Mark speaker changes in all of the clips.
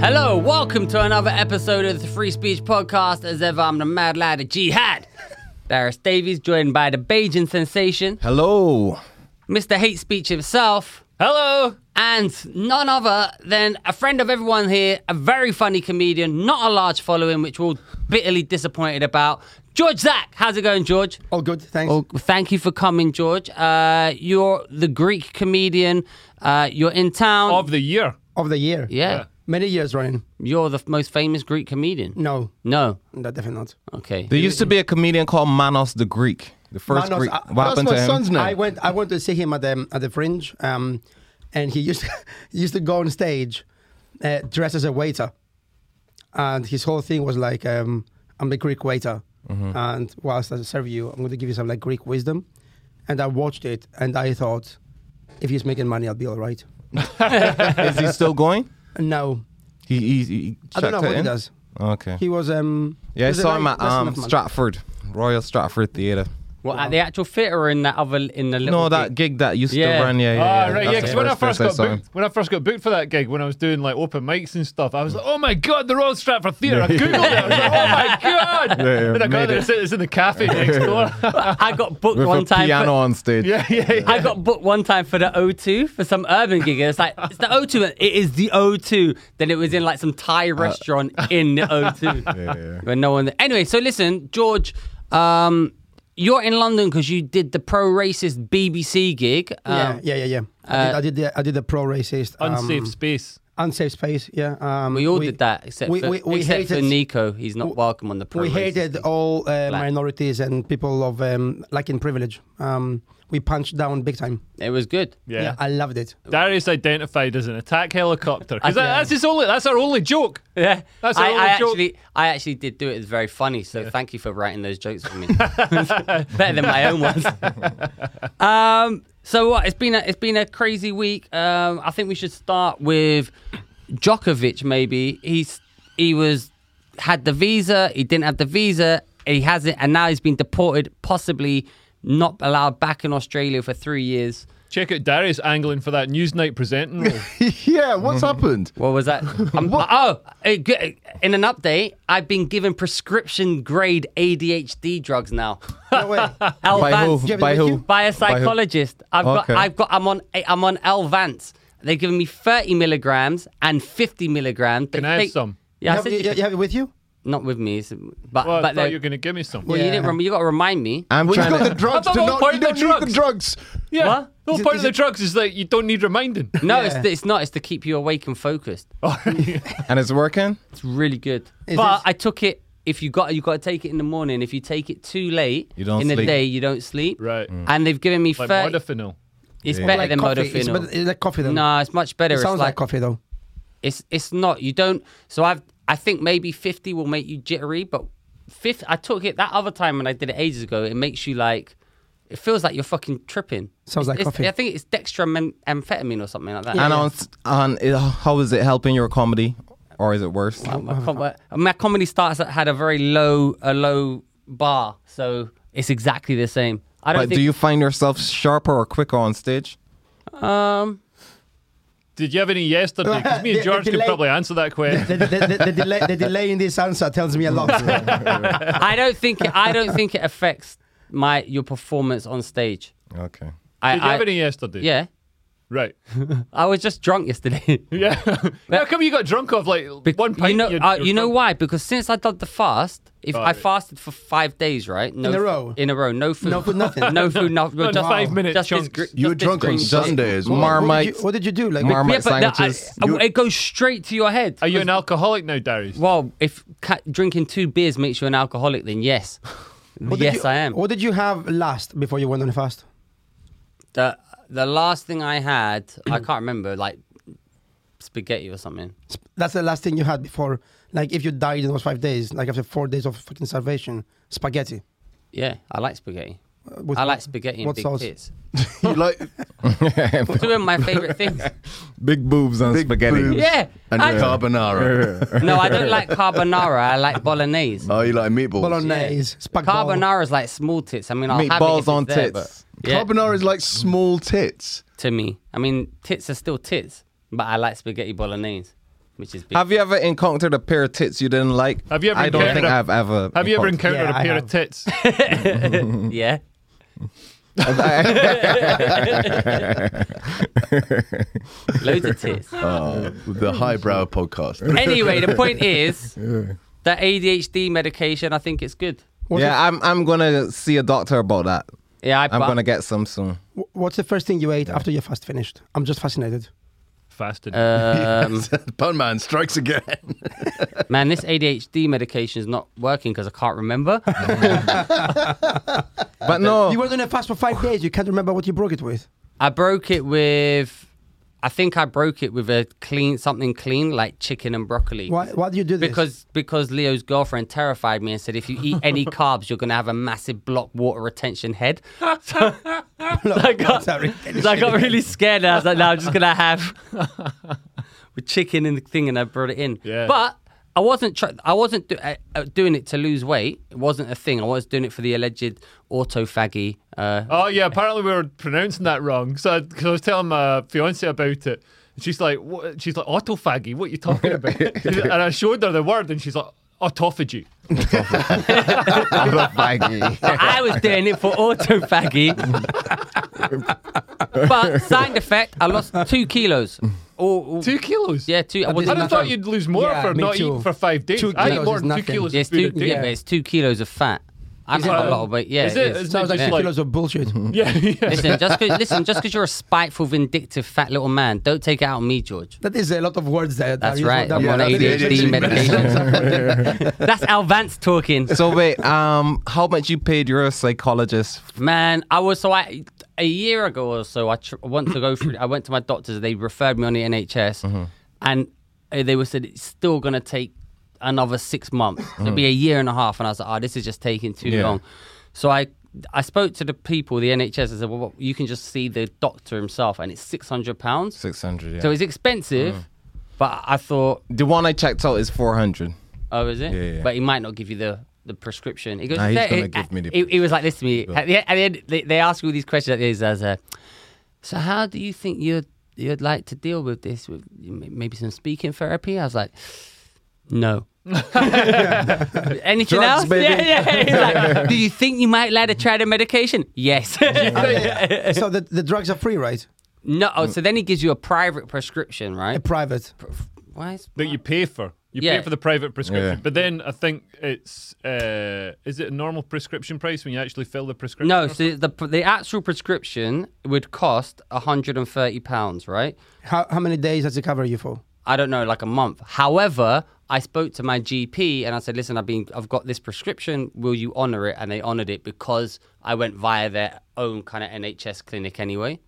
Speaker 1: Hello, welcome to another episode of the Free Speech Podcast. As ever, I'm the mad lad of jihad. Darius Davies, joined by the Bajan sensation,
Speaker 2: Hello.
Speaker 1: Mr. Hate Speech himself. Hello. And none other than a friend of everyone here, a very funny comedian, not a large following, which we're all bitterly disappointed about. George Zach, how's it going, George?
Speaker 2: All good, thanks.
Speaker 1: Well, thank you for coming, George. Uh, you're the Greek comedian. Uh, you're in town.
Speaker 3: of the year.
Speaker 2: Of the year.
Speaker 1: yeah.
Speaker 2: Many years running.
Speaker 1: You're the f- most famous Greek comedian.
Speaker 2: No,
Speaker 1: No.
Speaker 2: no, definitely not.
Speaker 1: Okay.
Speaker 4: There used to be a comedian called Manos the Greek. The first
Speaker 2: Manos,
Speaker 4: Greek.
Speaker 2: I-
Speaker 4: What happened to him?
Speaker 2: I went. I went to see him at the at the Fringe, um, and he used he used to go on stage, uh, dressed as a waiter, and his whole thing was like, um, "I'm a Greek waiter,
Speaker 4: Mm-hmm.
Speaker 2: and whilst I serve you, I'm going to give you some like Greek wisdom." And I watched it, and I thought, if he's making money, I'll be all right.
Speaker 4: Is he still going?
Speaker 2: No,
Speaker 4: He, he, he
Speaker 2: I don't know
Speaker 4: checked
Speaker 2: what
Speaker 4: it
Speaker 2: he
Speaker 4: in?
Speaker 2: does.
Speaker 4: Okay.
Speaker 2: He was um.
Speaker 4: yeah, I
Speaker 2: was a
Speaker 4: saw him
Speaker 2: very-
Speaker 4: at
Speaker 2: less than
Speaker 4: um,
Speaker 2: half month.
Speaker 4: Stratford, Royal Stratford Theatre.
Speaker 1: Well, at the actual theatre or in that other in the little
Speaker 4: No, that
Speaker 1: gig?
Speaker 4: gig that used
Speaker 1: Yeah.
Speaker 4: to run. Yeah, yeah.
Speaker 3: Ah,
Speaker 4: yeah.
Speaker 3: right, yeah.
Speaker 4: That's
Speaker 3: Because
Speaker 4: the
Speaker 3: when I first
Speaker 4: place
Speaker 3: got
Speaker 4: saw him.
Speaker 3: booked, when I first got booked for that gig, when I was doing like open mics and stuff, I was like, "Oh my god, the Royal Stratford Theatre!" I googled it. I was like, "Oh my god!"
Speaker 4: Yeah, yeah,
Speaker 3: then I got
Speaker 4: made
Speaker 3: there.
Speaker 4: it.
Speaker 3: It's, it's in the cafe next door.
Speaker 1: I got booked
Speaker 4: With
Speaker 1: one
Speaker 4: a
Speaker 1: time.
Speaker 4: piano
Speaker 1: For,
Speaker 4: on stage.
Speaker 3: yeah, yeah, yeah.
Speaker 1: I got booked one time for the O2 for some urban gig. And it's like it's the O2. and It is the O2. Then it was in like some Thai restaurant in the O2.
Speaker 4: Yeah, yeah.
Speaker 1: When no one. Anyway, so listen, George. Um, you're in London because you did the pro racist BBC gig. Um,
Speaker 2: yeah, yeah, yeah, yeah. I, did, I did the I did the pro racist um,
Speaker 3: Unsafe space.
Speaker 2: unsafe space. Yeah, um,
Speaker 1: We all did that except
Speaker 2: we,
Speaker 1: for,
Speaker 2: we, we
Speaker 1: except for
Speaker 2: hated,
Speaker 1: Nico. He's not
Speaker 2: we-
Speaker 1: welcome on the pro.
Speaker 2: We hated all uh,
Speaker 1: Black.
Speaker 2: minorities and people of um, like in privilege. Um, we punched down big time.
Speaker 1: It was good.
Speaker 3: Yeah.
Speaker 2: I loved it.
Speaker 3: Darius identified as an attack helicopter because
Speaker 1: I-
Speaker 3: that, that's his only. That's our only joke.
Speaker 1: Yeah,
Speaker 3: That's
Speaker 1: I,
Speaker 3: our
Speaker 1: I
Speaker 3: only joke.
Speaker 1: actually, I actually did do it. It's very funny. So thank you for writing those jokes for me. Better than my own ones. um, so what? It's been a, it's been a crazy week. Um, I think we should start with Djokovic. Maybe he's he was had the visa. He didn't have the visa. He has it, and now he's been deported. Possibly not allowed back in Australia for three years.
Speaker 3: Check out Darius angling for that Newsnight presenting role.
Speaker 5: yeah, what's
Speaker 4: Mm-hmm.
Speaker 5: happened?
Speaker 1: What was that? Um, oh, eh, g- in an update, I've been given prescription grade ADHD drugs now.
Speaker 2: No way.
Speaker 1: L
Speaker 4: By who?
Speaker 1: Vance.
Speaker 2: Yeah, but
Speaker 4: By
Speaker 2: if
Speaker 4: who?
Speaker 1: By a
Speaker 2: you-
Speaker 4: By who?
Speaker 1: psychologist. I've
Speaker 4: Okay.
Speaker 1: got. I've got. I'm on. eh, I'm on L Vance. They're giving me 30 milligrams and 50 milligrams. They
Speaker 3: Can I have
Speaker 1: take-
Speaker 3: some?
Speaker 1: Yeah, I
Speaker 2: have,
Speaker 1: said
Speaker 2: you,
Speaker 1: you
Speaker 2: you
Speaker 1: could-
Speaker 2: have it with you?
Speaker 1: not with me. it's- But
Speaker 3: Well, I
Speaker 1: but
Speaker 3: thought
Speaker 1: they're-
Speaker 3: you were going to give me some.
Speaker 1: well, you didn't.
Speaker 2: Yeah.
Speaker 1: Rem- you got to remind me.
Speaker 4: I'm
Speaker 5: Well,
Speaker 4: trying
Speaker 5: you got
Speaker 4: to.
Speaker 5: the drugs.
Speaker 3: I've
Speaker 5: Do
Speaker 3: got all
Speaker 5: not, you
Speaker 3: part
Speaker 5: don't
Speaker 3: of
Speaker 5: need
Speaker 3: the
Speaker 5: the drugs.
Speaker 3: yeah.
Speaker 1: What?
Speaker 2: Is
Speaker 3: The whole
Speaker 2: it-
Speaker 3: point
Speaker 2: is
Speaker 3: of the
Speaker 2: it-
Speaker 3: drugs is that you don't need reminding.
Speaker 1: No,
Speaker 2: Yeah.
Speaker 1: it's, it's not. It's to keep you awake and focused.
Speaker 4: And it's working?
Speaker 1: It's really good.
Speaker 2: Is
Speaker 1: but
Speaker 2: this-
Speaker 1: I took it. If you got, you got to take it in the morning. If you take it too late
Speaker 4: You don't
Speaker 1: in the
Speaker 4: sleep.
Speaker 1: day, you don't sleep.
Speaker 3: Right. Mm.
Speaker 1: And they've given me
Speaker 3: Like
Speaker 1: 30
Speaker 3: Modafinil.
Speaker 1: It's
Speaker 4: Yeah.
Speaker 1: better
Speaker 2: Like
Speaker 1: than
Speaker 2: coffee. It's,
Speaker 1: Modafinil.
Speaker 2: better- it's like coffee though.
Speaker 1: no, it's much better.
Speaker 2: it
Speaker 1: it's
Speaker 2: sounds like,
Speaker 1: like,
Speaker 2: coffee though.
Speaker 1: it's it's not. You don't. So I've I think maybe fifty will make you jittery, but fifth I took it that other time when I did it ages ago. It makes you like. It feels like you're fucking tripping. It's-
Speaker 2: Sounds like
Speaker 1: it's-
Speaker 2: coffee.
Speaker 1: I think it's dextramethamphetamine or something like that.
Speaker 4: And on, s- on it, how is it helping your comedy? Or is it worse?
Speaker 1: My, com- uh, my comedy starts at- had a very low a low bar, so it's exactly the same. I don't
Speaker 4: But
Speaker 1: think.
Speaker 4: do you find yourself sharper or quicker on stage?
Speaker 1: um,
Speaker 3: Did you have any yesterday? Because me
Speaker 2: The-
Speaker 3: and
Speaker 2: the
Speaker 3: George could
Speaker 2: delay-
Speaker 3: probably answer that question.
Speaker 2: The, the, the, the, delay, the delay in this answer tells me a lot.
Speaker 1: I don't think it, I don't think it affects my your performance on stage.
Speaker 4: Okay.
Speaker 1: I,
Speaker 3: Did you have
Speaker 1: I-
Speaker 3: any yesterday?
Speaker 1: Yeah,
Speaker 3: Right.
Speaker 1: I was just drunk yesterday.
Speaker 3: Yeah. How come you got drunk off like
Speaker 1: Bec-
Speaker 3: one pint?
Speaker 1: You know,
Speaker 3: and you're-
Speaker 1: uh,
Speaker 3: you're
Speaker 1: you know
Speaker 3: drunk?
Speaker 1: why? Because since I did the fast, if I
Speaker 3: Right.
Speaker 1: fasted for five days, right? No,
Speaker 2: In a
Speaker 1: f-
Speaker 2: row?
Speaker 1: In a row, no food,
Speaker 2: No food, nothing?
Speaker 1: no food, no,
Speaker 3: Not
Speaker 1: just
Speaker 3: five-minute
Speaker 1: just this
Speaker 3: chunks.
Speaker 1: gr-
Speaker 5: You were
Speaker 1: just this
Speaker 5: drunk on
Speaker 1: green shit.
Speaker 5: Sunday as well.
Speaker 2: what, did
Speaker 4: Marmite.
Speaker 2: you, what did you do? Like,
Speaker 4: Marmite.
Speaker 1: Yeah, but that, I,
Speaker 4: sandwiches.
Speaker 1: I- it goes straight to your head.
Speaker 3: Are you an alcoholic now, Darius?
Speaker 1: Well, if ca- drinking two beers makes you an alcoholic, then yes,
Speaker 2: what did
Speaker 1: yes,
Speaker 2: you-
Speaker 1: I am.
Speaker 2: What did you have last before you went on a fast?
Speaker 1: The the last thing I had, I can't remember, like spaghetti or something.
Speaker 2: That's the last thing you had before. Like if you died in those five days, like after four days of fucking starvation, spaghetti.
Speaker 1: Yeah, I like spaghetti.
Speaker 2: Uh, with-
Speaker 1: I like spaghetti and
Speaker 2: what
Speaker 1: big
Speaker 2: sauce?
Speaker 1: tits.
Speaker 5: You like
Speaker 1: Two of my favorite things.
Speaker 4: Big boobs on
Speaker 5: big
Speaker 4: spaghetti.
Speaker 5: boobs
Speaker 1: Yeah,
Speaker 5: and
Speaker 1: I-
Speaker 5: carbonara.
Speaker 1: No, I don't like carbonara. I like bolognese.
Speaker 5: oh, you like meatballs?
Speaker 2: Bolognese, spag bol.
Speaker 1: Carbonara is like small tits. I mean, I'll have it if
Speaker 4: Meatballs
Speaker 1: it's
Speaker 4: on
Speaker 1: there,
Speaker 4: tits.
Speaker 1: but- yeah,
Speaker 5: Carbonara is like small tits.
Speaker 1: to me. I mean, tits are still tits, but I like spaghetti bolognese. which is big.
Speaker 4: Have you ever encountered a pair of tits you didn't like?
Speaker 3: Have you ever
Speaker 4: I don't think
Speaker 3: encountered a-
Speaker 4: i I've ever.
Speaker 3: Have you ever encountered
Speaker 2: Yeah,
Speaker 3: a
Speaker 2: I
Speaker 3: pair of
Speaker 2: have.
Speaker 3: tits?
Speaker 1: yeah. Loads of tits.
Speaker 5: Uh, the highbrow podcast.
Speaker 1: Anyway, the point is that ADHD medication. I think it's good.
Speaker 2: What's,
Speaker 4: yeah, I'm. I'm gonna see a doctor about that.
Speaker 1: Yeah, I,
Speaker 4: I'm
Speaker 1: but-
Speaker 4: gonna get some soon.
Speaker 2: the, wh- what's the first thing you ate after your fast finished? I'm just fascinated.
Speaker 3: Fasted.
Speaker 1: Um,
Speaker 5: Pun man strikes again.
Speaker 1: man, this ADHD medication is not working because I can't remember.
Speaker 4: But no,
Speaker 2: You were doing a fast for five days. You can't remember what you broke it with.
Speaker 1: I broke it with, I think I broke it with a clean something clean like chicken and broccoli.
Speaker 2: Why? Why do you do this?
Speaker 1: Because because Leo's girlfriend terrified me and said if you eat any carbs you're gonna have a massive block water retention head. So, I got,
Speaker 2: Sorry.
Speaker 1: so I got really scared and I was like, no, I'm just gonna have with chicken and the thing and I brought it in.
Speaker 3: Yeah.
Speaker 1: But I wasn't try- I wasn't do- uh, uh, doing it to lose weight. It wasn't a thing. I was doing it for the alleged autophagy. Uh,
Speaker 3: Oh yeah, apparently we were pronouncing that wrong. So because I was telling my fiance about it, and she's like, what? she's like autophagy. What are you talking about? and I showed her the word, and she's like, autophagy.
Speaker 1: But I was doing it for autophagy. but side effect, I lost two kilos. Or,
Speaker 3: Two kilos.
Speaker 1: yeah, two. I
Speaker 2: That is
Speaker 3: I
Speaker 1: wasn't
Speaker 3: didn't
Speaker 2: nothing.
Speaker 3: thought you'd lose more
Speaker 2: Yeah,
Speaker 3: for
Speaker 2: me
Speaker 3: not
Speaker 2: too.
Speaker 3: eating for five days.
Speaker 2: Two
Speaker 3: I eat
Speaker 2: kilos
Speaker 3: more
Speaker 2: is
Speaker 3: than two
Speaker 2: nothing.
Speaker 3: kilos
Speaker 1: yeah, it's
Speaker 3: of food
Speaker 1: two,
Speaker 3: a day.
Speaker 1: yeah, but it's two kilos of fat. I'm
Speaker 2: it-
Speaker 1: not a
Speaker 2: um,
Speaker 1: lot of weight. Yeah,
Speaker 3: is
Speaker 1: it
Speaker 3: it-
Speaker 1: is.
Speaker 3: is it-
Speaker 2: Sounds like
Speaker 3: Yeah.
Speaker 2: two kilos of bullshit.
Speaker 3: Yeah, yeah.
Speaker 1: Listen, just cause, listen, just because you're a spiteful, vindictive, fat little man, don't take it out on me, George.
Speaker 2: That is a lot of words there.
Speaker 1: That's right. I'm
Speaker 5: Yeah,
Speaker 1: on
Speaker 5: that's the
Speaker 1: ADHD
Speaker 5: ADHD
Speaker 1: medication. that's Al Vance talking.
Speaker 4: So wait, um, how much you paid your psychologist?
Speaker 1: Man, I was so I a year ago or so. I tr- I went to go through. I went to my doctors. They referred me on the NHS, and uh, they were said it's still going to take another six months. It'll be a year and a half. And I was like, oh, this is just taking too
Speaker 4: Yeah.
Speaker 1: long. So I I spoke to the people, the NHS. I said, well, what- you can just see the doctor himself, and it's six hundred pounds.
Speaker 4: Six hundred. Yeah.
Speaker 1: So it's expensive, but I thought,
Speaker 4: the one I checked out is four hundred.
Speaker 1: oh, is it?
Speaker 4: Yeah, yeah.
Speaker 1: But he might not give you the. The prescription. He goes.
Speaker 4: Nah, he's
Speaker 1: "Yeah,
Speaker 4: gonna
Speaker 1: it-
Speaker 4: give me the-
Speaker 1: it- it was like this to me. At the, at the end, they, they ask you all these questions like this as a, so how do you think you'd you'd like to deal with this? With m- maybe some speaking therapy? I was like, no. Anything
Speaker 4: Drugs,
Speaker 1: else?
Speaker 4: baby.
Speaker 1: Yeah, yeah. He's like, do you think you might like to try the medication? Yes.
Speaker 2: so the, the drugs are free, right?
Speaker 1: no. oh, So then he gives you a private prescription,
Speaker 2: A
Speaker 1: right?
Speaker 2: private.
Speaker 1: Why is
Speaker 3: that you pay for. You
Speaker 1: Yeah.
Speaker 3: pay for the private prescription,
Speaker 4: Yeah.
Speaker 3: but then I think it's uh, is it a normal prescription price when you actually fill the prescription?
Speaker 1: no? So the the actual prescription would cost 130 pounds, right?
Speaker 2: How, how many days does it cover you for?
Speaker 1: I don't know, like a month. However, I spoke to my GP and I said, "Listen, I've been, I've got this prescription. Will you honor it?" And they honored it because I went via their own kind of NHS clinic anyway.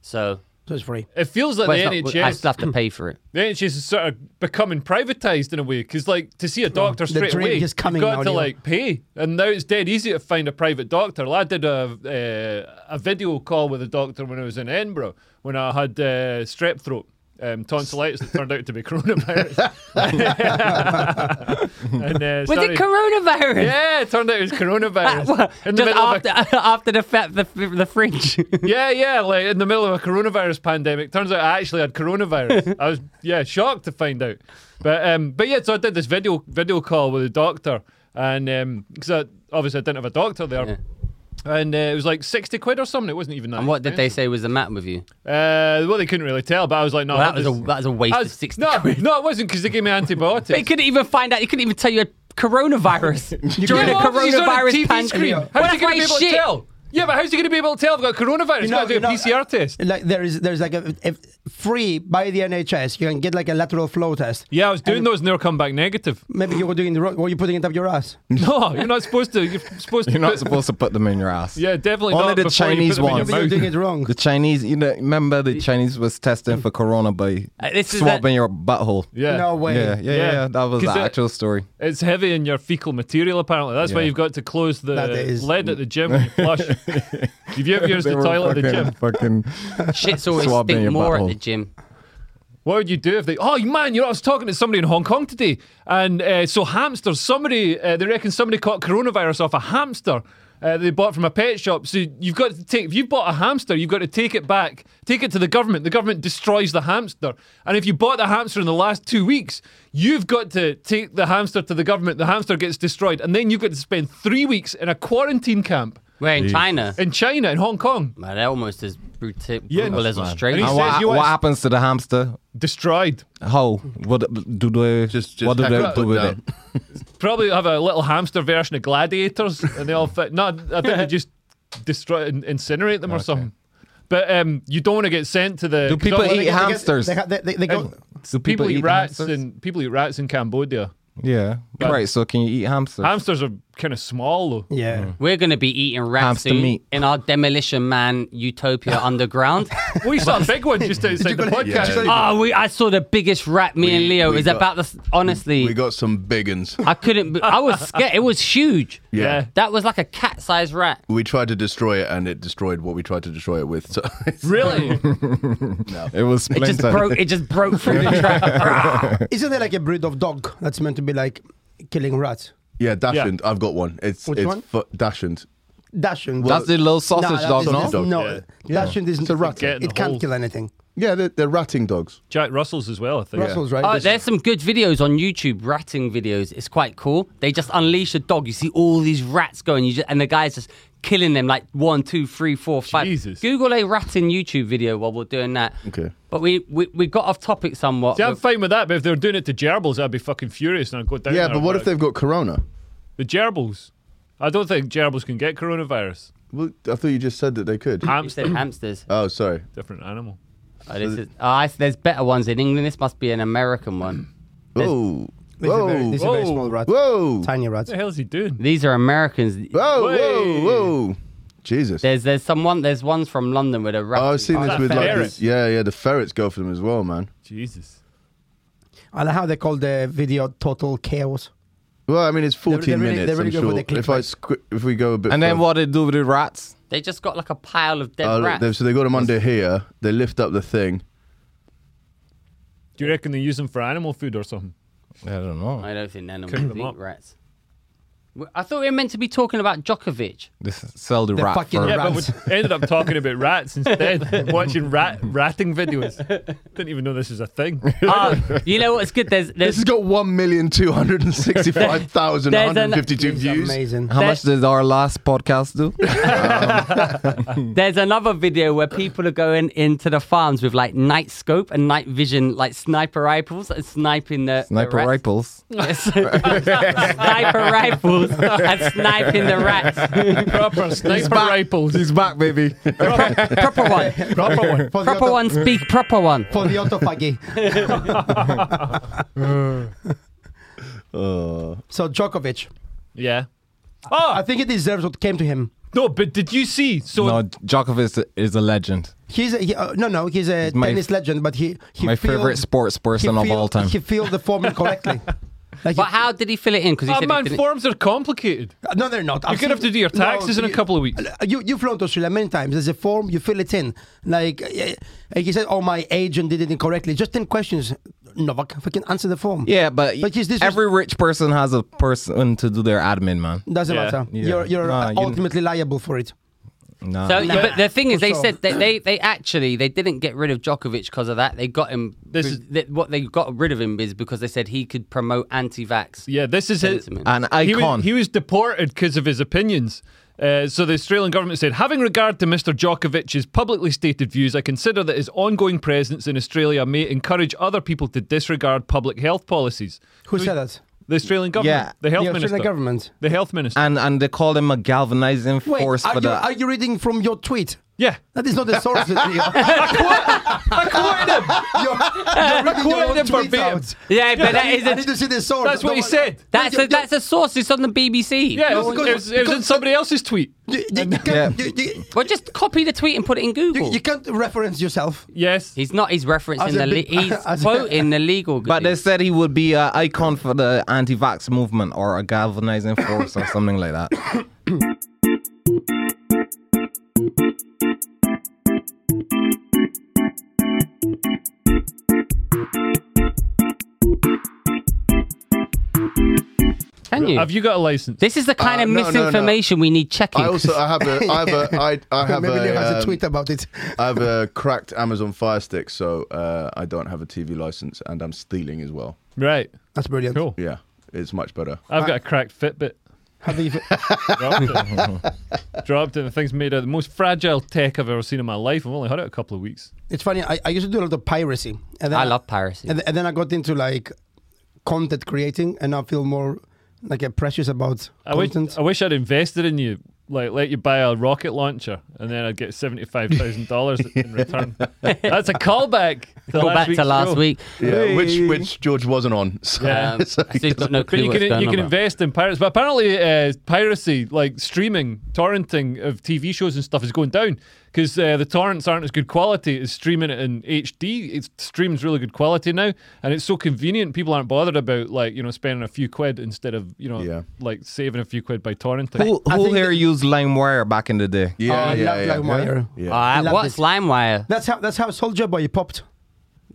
Speaker 1: So,
Speaker 2: So it's free.
Speaker 3: It feels like
Speaker 1: but it's
Speaker 3: the
Speaker 1: not-
Speaker 3: NHS.
Speaker 1: I still have to pay for it.
Speaker 3: The NHS is sort of becoming privatised in a way because, like, to see a doctor
Speaker 2: the
Speaker 3: straight
Speaker 2: drink
Speaker 3: away,
Speaker 2: is coming
Speaker 3: you've got
Speaker 2: now,
Speaker 3: to
Speaker 2: Neil.
Speaker 3: like pay, and now it's dead easy to find a private doctor. Well, I did a uh, a video call with a doctor when I was in Edinburgh when I had uh, strep throat. Um, tonsillitis that turned out to be coronavirus. and, uh,
Speaker 1: Was
Speaker 3: sorry-
Speaker 1: it coronavirus?
Speaker 3: Yeah, it turned out it was coronavirus. in the
Speaker 1: Just
Speaker 3: middle of a
Speaker 1: after, after the, fa- the the fringe.
Speaker 3: yeah, yeah, like in the middle of a coronavirus pandemic. Turns out I actually had coronavirus. I was yeah shocked to find out, but um, but yeah, so I did this video video call with a doctor, and um, because I, obviously I didn't have a doctor there,
Speaker 1: Yeah.
Speaker 3: and uh, it was like sixty quid or something. It wasn't even that.
Speaker 1: and what did they say was the matter with you?
Speaker 3: Uh, well, they couldn't really tell, but I was like, no,
Speaker 1: Well,
Speaker 3: I
Speaker 1: that
Speaker 3: had
Speaker 1: was a
Speaker 3: this-
Speaker 1: that was a waste
Speaker 3: I
Speaker 1: of
Speaker 3: was-
Speaker 1: sixty
Speaker 3: no,
Speaker 1: quid.
Speaker 3: no, it wasn't because they gave me
Speaker 1: They
Speaker 3: antibiotics.
Speaker 1: couldn't even find out. They couldn't even tell you a coronavirus during
Speaker 3: Yeah,
Speaker 1: a
Speaker 3: but he's on a
Speaker 1: coronavirus
Speaker 3: TV screen.
Speaker 1: pandemic.
Speaker 3: How's
Speaker 1: Well,
Speaker 3: he
Speaker 1: that's
Speaker 3: going
Speaker 1: why
Speaker 3: to be
Speaker 1: he's
Speaker 3: able to
Speaker 1: shit.
Speaker 3: tell? Yeah, but how's he going to be able to tell? I've got coronavirus.
Speaker 2: know-
Speaker 3: I've got to
Speaker 2: you
Speaker 3: do
Speaker 2: know, uh,
Speaker 3: a PCR test.
Speaker 2: Like there is there's like a if free by the NHS. You can get like a lateral flow test.
Speaker 3: Yeah, I was doing those and they were coming back negative.
Speaker 2: Maybe you were doing the wrong. Were you putting it up your ass?
Speaker 3: No, you're not supposed to. You're supposed to.
Speaker 4: You're
Speaker 3: put-
Speaker 4: not supposed to put them in your ass.
Speaker 3: Yeah, definitely
Speaker 4: Only
Speaker 3: not
Speaker 4: the
Speaker 3: before you put
Speaker 4: Chinese
Speaker 3: them in your
Speaker 4: ones.
Speaker 2: Maybe you're
Speaker 3: mouth.
Speaker 2: doing it wrong.
Speaker 4: The Chinese, you know, remember the Chinese was testing for corona by
Speaker 1: Uh, this is
Speaker 4: swabbing
Speaker 1: a-
Speaker 4: your butthole.
Speaker 3: Yeah.
Speaker 2: No way.
Speaker 4: Yeah, yeah,
Speaker 3: Yeah.
Speaker 4: yeah, That was
Speaker 3: 'Cause
Speaker 4: the
Speaker 3: it-
Speaker 4: actual story.
Speaker 3: It's heavy in your fecal material, apparently. That's why
Speaker 4: Yeah.
Speaker 3: you've got to close the
Speaker 2: That is-
Speaker 3: lead at the gym when you flush. You've ever used the toilet at the gym.
Speaker 4: Fucking
Speaker 1: Shit's always
Speaker 4: Swab in
Speaker 1: stink
Speaker 4: your
Speaker 1: more at
Speaker 4: butthole.
Speaker 1: the gym.
Speaker 3: What would you do if they? Oh man, you know I was talking to somebody in Hong Kong today, and uh, so hamsters. Somebody uh, they reckon somebody caught coronavirus off a hamster, uh, they bought from a pet shop. So you've got to take, if you've bought a hamster, you've got to take it back, take it to the government. The government destroys the hamster. And if you bought the hamster in the last two weeks, you've got to take the hamster to the government. The hamster gets destroyed. And then you've got to spend three weeks in a quarantine camp
Speaker 1: We're in China.
Speaker 3: in China, in Hong Kong.
Speaker 1: Man, they're almost as brutal,
Speaker 3: Yeah,
Speaker 1: brutal as
Speaker 3: man.
Speaker 1: Australia.
Speaker 3: And
Speaker 4: And
Speaker 3: he says
Speaker 4: what,
Speaker 3: you
Speaker 4: what
Speaker 3: want-
Speaker 4: happens to the hamster?
Speaker 3: Destroyed.
Speaker 4: How? What do they?
Speaker 5: Just- just
Speaker 4: what do
Speaker 5: hack
Speaker 4: they
Speaker 5: it,
Speaker 4: do
Speaker 5: put
Speaker 4: with
Speaker 5: down.
Speaker 4: it?
Speaker 3: Probably have a little hamster version of gladiators, and they all fit. No, I think they just destroy, in- incinerate them or something. But um, you don't want to get sent to the.
Speaker 4: Do
Speaker 3: 'cause
Speaker 4: people
Speaker 3: all-
Speaker 4: eat
Speaker 2: They get-
Speaker 4: hamsters?
Speaker 2: They, ha- they, they, they go,
Speaker 4: Do
Speaker 3: people eat rats
Speaker 4: hamsters?
Speaker 3: and people eat rats in Cambodia.
Speaker 4: yeah.
Speaker 3: Yeah.
Speaker 4: Right. So can you eat hamsters?
Speaker 3: Hamsters are kind of small though.
Speaker 2: yeah.
Speaker 1: We're going to be eating rats
Speaker 4: Hamster
Speaker 1: soon
Speaker 4: meat.
Speaker 1: in our Demolition Man Utopia Underground.
Speaker 3: We saw a big one just outside the
Speaker 2: call it-
Speaker 5: Yeah.
Speaker 3: podcast.
Speaker 5: did you
Speaker 3: Ah,
Speaker 1: Oh, we, I saw the biggest rat me
Speaker 5: We-
Speaker 1: and Leo.
Speaker 5: we
Speaker 1: is
Speaker 5: got-
Speaker 1: about the. s- Honestly,
Speaker 5: We got some big uns.
Speaker 1: I couldn't. be- I was scared. It was huge.
Speaker 5: Yeah.
Speaker 3: Yeah.
Speaker 1: That was like a cat sized rat.
Speaker 5: We tried to destroy it, and it destroyed what we tried to destroy it with. So it's-
Speaker 3: really?
Speaker 4: It was
Speaker 1: It
Speaker 4: splintered.
Speaker 1: just broke. It just broke through the trap.
Speaker 2: Isn't there like a breed of dog that's meant to be like killing rats?
Speaker 5: yeah, Dashund. I've got one. It's
Speaker 2: Which
Speaker 5: it's
Speaker 2: one?
Speaker 5: fu- Dashund.
Speaker 2: Dashing.
Speaker 4: That's the little sausage
Speaker 2: that
Speaker 4: dog,
Speaker 2: is-
Speaker 4: no?
Speaker 2: that's-
Speaker 5: Dog,
Speaker 2: No,
Speaker 3: yeah.
Speaker 2: Dashing isn't a rat.
Speaker 3: Get in
Speaker 2: It
Speaker 3: the
Speaker 2: can't
Speaker 3: hole.
Speaker 2: kill anything.
Speaker 5: Yeah, they're, they're ratting dogs.
Speaker 3: Jack Russell's as well, I think.
Speaker 2: Russell's right.
Speaker 1: Oh,
Speaker 2: This-
Speaker 1: there's some good videos on YouTube, ratting videos. It's quite cool. They just unleash a dog. You see all these rats going, you just, and the guy's just killing them like one, two, three, four, five.
Speaker 3: Jesus.
Speaker 1: Google a ratting YouTube video while we're doing that.
Speaker 5: Okay.
Speaker 1: But we we, we got off topic somewhat.
Speaker 3: See, I'm
Speaker 1: with-
Speaker 3: fine with that, but if they were doing it to gerbils, I'd be fucking furious and I'd go down.
Speaker 5: Yeah,
Speaker 3: there
Speaker 5: but
Speaker 3: and
Speaker 5: what
Speaker 3: work.
Speaker 5: if they've got corona?
Speaker 3: the gerbils? I don't think gerbils can get coronavirus.
Speaker 5: Well, I thought you just said that they could.
Speaker 2: Ah.
Speaker 1: you said
Speaker 3: Hamster,
Speaker 1: hamsters.
Speaker 5: Oh, sorry.
Speaker 3: different animal.
Speaker 1: Oh, this is, oh, I- there's better ones in England. This must be an American one. There's-
Speaker 5: Whoa.
Speaker 2: This is a very,
Speaker 5: Whoa.
Speaker 2: this is a very
Speaker 3: Whoa.
Speaker 2: small rat.
Speaker 5: Whoa.
Speaker 2: Tiny
Speaker 3: What
Speaker 2: rat.
Speaker 3: the hell is he doing?
Speaker 1: These are Americans.
Speaker 5: Whoa,
Speaker 3: Way.
Speaker 5: whoa, whoa. Jesus.
Speaker 1: There's there's someone there's ones from London with a rat.
Speaker 5: Oh, I've seen
Speaker 3: that
Speaker 5: this with like
Speaker 3: ferrets?
Speaker 5: this. Yeah, yeah, the ferrets go for them as well, man.
Speaker 3: Jesus.
Speaker 2: I like how they call the video total chaos.
Speaker 5: Well, I mean, it's 14
Speaker 2: they're really-
Speaker 5: minutes.
Speaker 2: they're really
Speaker 5: I'm
Speaker 2: good with
Speaker 5: sure.
Speaker 2: the
Speaker 5: If I
Speaker 2: clickbait.
Speaker 5: squ- if we go a bit,
Speaker 4: and then
Speaker 5: further-
Speaker 4: what they do with the rats?
Speaker 1: They just got like a pile of dead
Speaker 5: Uh,
Speaker 1: rats.
Speaker 5: they've- so they got them under here. They lift up the thing.
Speaker 3: Do you reckon they use them for animal food or something?
Speaker 4: I don't know.
Speaker 1: I don't think animals
Speaker 3: Cook them
Speaker 1: eat
Speaker 3: up.
Speaker 1: rats. W- I thought we were meant to be talking about Djokovic.
Speaker 4: They s- sell the
Speaker 2: They're
Speaker 4: rat.
Speaker 2: fucking
Speaker 4: for-
Speaker 3: Yeah,
Speaker 2: Rats.
Speaker 3: but we ended up talking about rats instead, watching rat ratting videos. Didn't even know this was a thing.
Speaker 1: Ah, you know what's good? There's
Speaker 5: This
Speaker 1: there's
Speaker 5: has got 1,265,152
Speaker 2: It's
Speaker 5: views.
Speaker 2: amazing.
Speaker 4: How much did our last podcast do?
Speaker 1: there's another video where people are going into the farms with like night scope and night vision, like sniper rifles, and sniping the
Speaker 4: Sniper
Speaker 1: the rats.
Speaker 4: rifles.
Speaker 1: Yes. sniper rifles and sniping the rats.
Speaker 3: Proper sniper rifles.
Speaker 4: He's back, baby.
Speaker 1: Proper one.
Speaker 3: Proper one.
Speaker 2: For the
Speaker 1: Proper
Speaker 2: auto-
Speaker 1: one. Speak proper one.
Speaker 2: For the autophagy.
Speaker 5: Uh,
Speaker 2: So Djokovic,
Speaker 3: Yeah.
Speaker 2: I
Speaker 3: Oh
Speaker 2: think he deserves what came to him.
Speaker 3: no, but did you see? So
Speaker 4: no, Djokovic is a, is a legend.
Speaker 2: He's a, he, uh, no, no, he's a
Speaker 4: my-
Speaker 2: tennis legend, but he, he
Speaker 4: My
Speaker 2: failed-
Speaker 4: favorite sports
Speaker 2: he
Speaker 4: person of
Speaker 2: failed-
Speaker 4: all time.
Speaker 2: He filled the form incorrectly. like he-
Speaker 1: But how did he fill it in? Because he
Speaker 3: Ah,
Speaker 1: said
Speaker 3: man,
Speaker 1: he didn't-
Speaker 3: forms are complicated.
Speaker 2: no, they're not.
Speaker 3: You're
Speaker 2: I've
Speaker 3: gonna have
Speaker 2: seen-
Speaker 3: to do your
Speaker 2: No,
Speaker 3: taxes in
Speaker 2: you- uh,
Speaker 3: a couple of weeks.
Speaker 2: You you've flown to Australia many times. There's a form you fill it in. Like uh, uh, he said, oh my agent did it incorrectly. Just ten questions. Novak, fucking answer the form.
Speaker 4: yeah, but,
Speaker 2: But he's- this was-
Speaker 4: every rich person has a person to do their admin, man.
Speaker 2: doesn't
Speaker 3: Yeah.
Speaker 2: matter.
Speaker 4: Yeah.
Speaker 2: You're you're
Speaker 4: Nah,
Speaker 2: uh,
Speaker 4: you-
Speaker 2: ultimately liable for it.
Speaker 4: Nah.
Speaker 1: So, but the thing is,
Speaker 2: for
Speaker 1: they
Speaker 2: sure.
Speaker 1: said that they, they actually they didn't get rid of Djokovic because of that. They got him.
Speaker 3: This
Speaker 1: be-
Speaker 3: is-
Speaker 1: that- what they got rid of him is because they said he could promote anti-vax.
Speaker 3: Yeah, this is it.
Speaker 1: Sentiment.
Speaker 4: An
Speaker 3: He
Speaker 4: icon.
Speaker 3: was, he was deported because of his opinions. Uh, so the Australian government said, having regard to Mr. Djokovic's publicly stated views, I consider that his ongoing presence in Australia may encourage other people to disregard public health policies.
Speaker 2: Who said that?
Speaker 3: The Australian government,
Speaker 4: Yeah.
Speaker 3: the health
Speaker 2: the
Speaker 3: minister,
Speaker 2: Australian government.
Speaker 3: the health minister.
Speaker 4: and and they call him a galvanizing
Speaker 2: Wait,
Speaker 4: force
Speaker 2: are
Speaker 4: for
Speaker 2: you
Speaker 4: the.
Speaker 2: are you reading from your tweet?
Speaker 3: yeah,
Speaker 2: That is not the source of I quoted him. You're, you're
Speaker 3: quoted him
Speaker 2: reading your own tweet
Speaker 3: verbatim.
Speaker 2: out.
Speaker 1: yeah, but that
Speaker 2: I need, I need
Speaker 1: is a,
Speaker 2: to see the source.
Speaker 3: that's what he
Speaker 2: No,
Speaker 3: said.
Speaker 1: that's
Speaker 2: you-
Speaker 1: a,
Speaker 2: you-
Speaker 1: that's a source. It's on the BBC.
Speaker 3: Yeah, it was,
Speaker 2: because-
Speaker 3: it was- it was in
Speaker 2: because-
Speaker 3: somebody else's tweet.
Speaker 2: You, you, can't,
Speaker 4: Yeah.
Speaker 2: you, you,
Speaker 1: Well, just copy the tweet and put it in Google.
Speaker 2: you, you can't reference yourself.
Speaker 3: Yes,
Speaker 1: he's not. He's referencing
Speaker 2: As a
Speaker 1: the. Le-
Speaker 2: big-
Speaker 1: he's
Speaker 2: as a-
Speaker 1: quoting the legal.
Speaker 4: but they
Speaker 1: guy.
Speaker 4: said he would be an icon for the anti-vax movement or a galvanizing force or something like that.
Speaker 1: Hang didn't you?
Speaker 3: Have you got a license?
Speaker 1: This is the kind
Speaker 5: Uh,
Speaker 1: of
Speaker 5: no, no, no.
Speaker 1: misinformation we need checking.
Speaker 5: I also uh, I have a I have a I, I have
Speaker 2: Maybe
Speaker 5: a,
Speaker 2: Leo has
Speaker 5: um,
Speaker 2: a tweet about it.
Speaker 5: I have a cracked Amazon Fire Stick, so uh, I don't have a TV license, and I'm stealing as well.
Speaker 3: Right.
Speaker 2: That's brilliant.
Speaker 3: Cool.
Speaker 5: Yeah, it's much better.
Speaker 3: I've got a cracked Fitbit.
Speaker 2: How do you f-
Speaker 3: Dropped it. Dropped it. The thing's made of the most fragile tech I've ever seen in my life. I've only had it a couple of weeks.
Speaker 2: it's funny. I, I used to do a lot of piracy, and then
Speaker 1: I love piracy.
Speaker 2: and, and then I got into like content creating, and I feel more like uh, precious about
Speaker 3: I wish,
Speaker 2: content.
Speaker 3: I wish I'd invested in you, like let you buy a rocket launcher, and then I'd get seventy five thousand dollars in return. That's a callback. To
Speaker 1: Go
Speaker 3: last
Speaker 1: back
Speaker 3: week's
Speaker 1: to last
Speaker 3: show.
Speaker 1: week.
Speaker 5: Yeah, which which George wasn't on. So,
Speaker 3: Yeah.
Speaker 1: Um, I still got no
Speaker 3: But
Speaker 1: clue
Speaker 3: you
Speaker 1: what's
Speaker 3: can
Speaker 1: going
Speaker 3: you
Speaker 1: on
Speaker 3: can
Speaker 1: about.
Speaker 3: invest in pirates, but apparently uh, piracy, like streaming, torrenting of TV shows and stuff, is going down because uh, the torrents aren't as good quality as streaming it in HD. It streams really good quality now, and it's so convenient. People aren't bothered about like you know spending a few quid instead of you know
Speaker 5: Yeah.
Speaker 3: like saving a few quid by torrenting.
Speaker 4: Who,
Speaker 2: I
Speaker 4: who
Speaker 2: think
Speaker 4: here used LimeWire back in the day?
Speaker 5: yeah,
Speaker 2: Oh, I
Speaker 5: yeah,
Speaker 2: love
Speaker 5: yeah.
Speaker 2: LimeWire.
Speaker 5: Yeah.
Speaker 1: Alright,
Speaker 2: Love
Speaker 1: what's
Speaker 2: this.
Speaker 1: LimeWire?
Speaker 2: That's how that's how Soldier Boy popped.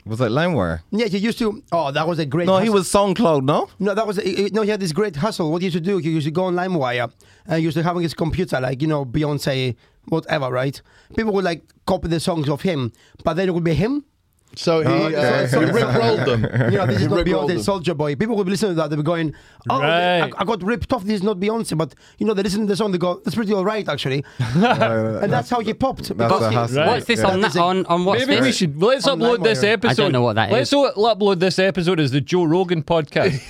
Speaker 4: Was it LimeWire?
Speaker 2: Yeah, he used to. Oh, that was a great.
Speaker 4: No, he
Speaker 2: hustle.
Speaker 4: was SoundCloud. No,
Speaker 2: No, that was he- he- no. He had this great hustle. What he used to do, he used to go on LimeWire and he used to having his computer, like you know Beyonce, whatever, right? People would like copy the songs of him, but then it would be him.
Speaker 5: So he
Speaker 2: Okay.
Speaker 5: uh, so he rickrolled them.
Speaker 2: You know, this
Speaker 5: He
Speaker 2: is not
Speaker 5: rickrolled
Speaker 2: Beyonce,
Speaker 5: them.
Speaker 2: Soldier Boy. People would listen to that. They were going, "Oh,
Speaker 3: Right.
Speaker 2: I, I got ripped off. This is not Beyonce." But you know, they listen to the song. They go, "That's pretty all right, actually." and that's how he popped. because
Speaker 4: a
Speaker 2: he-
Speaker 4: hustle.
Speaker 1: What's this
Speaker 4: Yeah.
Speaker 1: on that on on what's
Speaker 3: Maybe
Speaker 1: this?
Speaker 3: we should let's
Speaker 2: On
Speaker 3: upload this
Speaker 2: LimeWire.
Speaker 1: I
Speaker 3: episode.
Speaker 1: don't know what that
Speaker 3: let's
Speaker 1: is.
Speaker 3: o- upload this episode as the Joe Rogan podcast.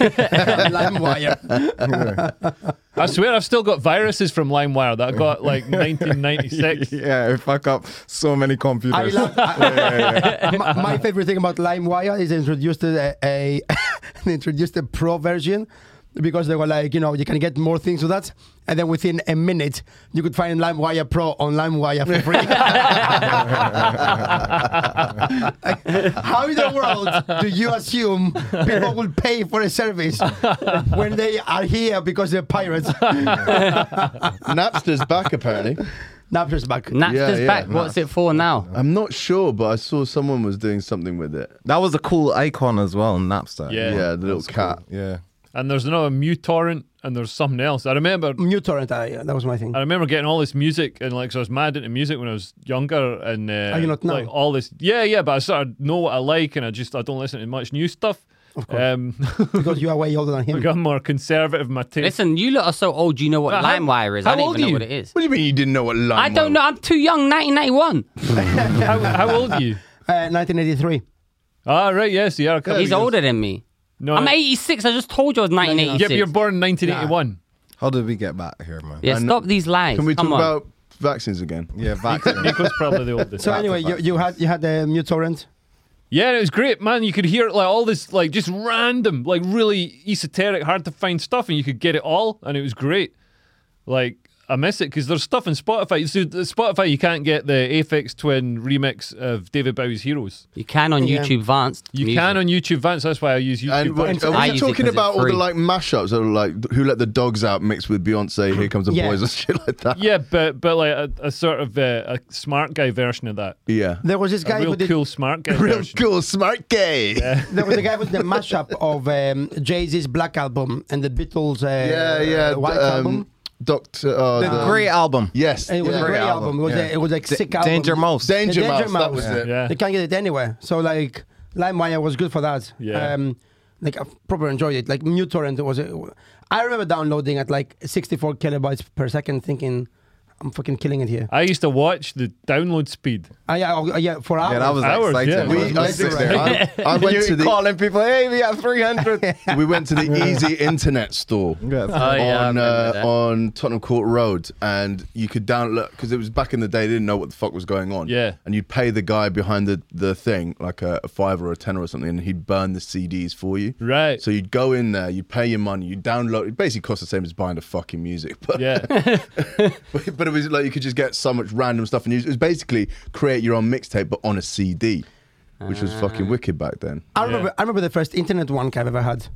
Speaker 2: LimeWire.
Speaker 3: I swear, I've still got viruses from LimeWire that I got like 1996.
Speaker 4: Yeah, it fuck up so many
Speaker 2: I
Speaker 4: computers.
Speaker 2: love. my, my favorite thing about LimeWire is they introduced a, a they introduced a pro version because they were like, you know, you can get more things with that, and then within a minute you could find LimeWire Pro on LimeWire for free. How in the world do you assume people will pay for a service when they are here because they're pirates?
Speaker 5: Napster's back apparently.
Speaker 2: Napster's back.
Speaker 1: Napster's
Speaker 5: Yeah, yeah,
Speaker 1: back. What's it for now?
Speaker 5: I'm not sure, but I saw someone was doing something with it.
Speaker 4: that was a cool icon as well, Napster.
Speaker 3: Yeah.
Speaker 5: Yeah, the little cat.
Speaker 4: yeah.
Speaker 3: and there's another Mew torrent, and there's something else. I remember,
Speaker 2: New torrent. I, that was my thing.
Speaker 3: I remember getting all this music, and like, so I was mad into music when I was younger, and uh,
Speaker 2: Are you not now?
Speaker 3: like all this, yeah, yeah. But I sort of know what I like, and I just I don't listen to much new stuff. Of
Speaker 2: course.
Speaker 3: um,
Speaker 2: because you are way older than him.
Speaker 3: I'm more conservative. in My taste.
Speaker 1: Listen, you lot are so old. You know what
Speaker 3: Well, how-
Speaker 1: LimeWire is.
Speaker 3: how
Speaker 1: I don't
Speaker 3: old
Speaker 1: even know
Speaker 3: are
Speaker 1: what
Speaker 3: you?
Speaker 1: it is.
Speaker 5: What do you mean you didn't know what lime?
Speaker 1: I don't know. I'm too young. 1981.
Speaker 3: how, how old are you?
Speaker 2: Uh, 1983.
Speaker 3: Ah, right, yes, you are.
Speaker 1: He's older than me.
Speaker 3: No,
Speaker 1: I'm
Speaker 3: no.
Speaker 1: 86. I just told you I was
Speaker 3: Yeah, but
Speaker 1: 1986.
Speaker 3: you're born in 1981.
Speaker 4: How did we get back here, man?
Speaker 1: yeah,
Speaker 5: And-
Speaker 1: stop these lies.
Speaker 5: Can we talk
Speaker 1: Come on.
Speaker 5: about vaccines again?
Speaker 4: Yeah, vaccine.
Speaker 3: Nico's probably the oldest.
Speaker 2: So anyway, you, you had you had the new torrent.
Speaker 3: Yeah, and it was great, man. You could hear like all this, like just random, like really esoteric, hard to find stuff, and you could get it all, and it was great. Like I miss it because there's stuff in Spotify. So the Spotify, you can't get the Aphex Twin remix of David Bowie's Heroes.
Speaker 1: You can on
Speaker 2: Yeah.
Speaker 1: YouTube Advanced.
Speaker 3: You
Speaker 1: Music.
Speaker 3: can on YouTube Vance. That's why I use YouTube.
Speaker 5: And
Speaker 3: Vance.
Speaker 5: what, are
Speaker 1: I
Speaker 5: we
Speaker 1: use it 'cause
Speaker 5: talking
Speaker 1: it's
Speaker 5: about all
Speaker 1: free.
Speaker 5: the like mashups of like who let the dogs out mixed with Beyonce, Here Comes the
Speaker 2: Yeah.
Speaker 5: Boys and shit like that?
Speaker 3: yeah, but but like a, a sort of uh, a smart guy version of that.
Speaker 5: Yeah.
Speaker 2: There was this
Speaker 3: A
Speaker 2: guy who
Speaker 3: real
Speaker 2: did.
Speaker 3: cool smart guy
Speaker 5: Real
Speaker 3: version.
Speaker 5: cool, smart gay. Yeah,
Speaker 2: There was a guy who did the mashup of um, Jay Z's Black Album and the Beatles' uh,
Speaker 5: yeah.
Speaker 2: uh, White
Speaker 5: um,
Speaker 2: Album.
Speaker 5: Doctor. Uh, the-
Speaker 4: Great album.
Speaker 5: Yes.
Speaker 2: And it was
Speaker 5: yeah.
Speaker 2: a great
Speaker 4: great
Speaker 2: album.
Speaker 4: album,
Speaker 2: It was
Speaker 4: yeah.
Speaker 2: a, it was like
Speaker 4: D-
Speaker 2: Um, sick album.
Speaker 4: Danger Mouse.
Speaker 5: Danger,
Speaker 2: Danger
Speaker 5: Mouse.
Speaker 2: Mouse.
Speaker 5: That was it.
Speaker 3: Yeah.
Speaker 2: They can't get it anywhere. So like LimeWire was good for that.
Speaker 3: Yeah.
Speaker 2: Um, like I proper enjoyed it. Like New Torrent was. A, I remember downloading at like 64 kilobytes per second, thinking, "I'm fucking killing it here."
Speaker 3: I used to watch the download speed.
Speaker 2: I, yeah, oh, yeah, for hours.
Speaker 4: Yeah, that was
Speaker 3: Ours,
Speaker 4: exciting.
Speaker 3: yeah.
Speaker 4: It
Speaker 5: We,
Speaker 4: was
Speaker 5: I,
Speaker 4: sick there.
Speaker 5: I, I went to
Speaker 4: You
Speaker 5: the
Speaker 4: calling people, hey, we have 300.
Speaker 5: we went to the Easy Internet store.
Speaker 1: Oh, yeah, I
Speaker 5: on
Speaker 1: remember
Speaker 5: uh,
Speaker 1: that.
Speaker 5: on Tottenham Court Road, and you could download because it was back in the day. They didn't know what the fuck was going on.
Speaker 3: Yeah.
Speaker 5: and you'd pay the guy behind the, the thing like a, a five or a ten or something, and he'd burn the CDs for you.
Speaker 3: Right.
Speaker 5: So you'd go in there, you'd pay your money, you would download. It basically cost the same as buying the fucking music, but
Speaker 3: Yeah.
Speaker 5: but it was like you could just get so much random stuff, and you, it was basically create your own mixtape, but on a
Speaker 1: Ah.
Speaker 5: CD, which was fucking wicked back then.
Speaker 2: I remember. I remember the first internet one I've ever had.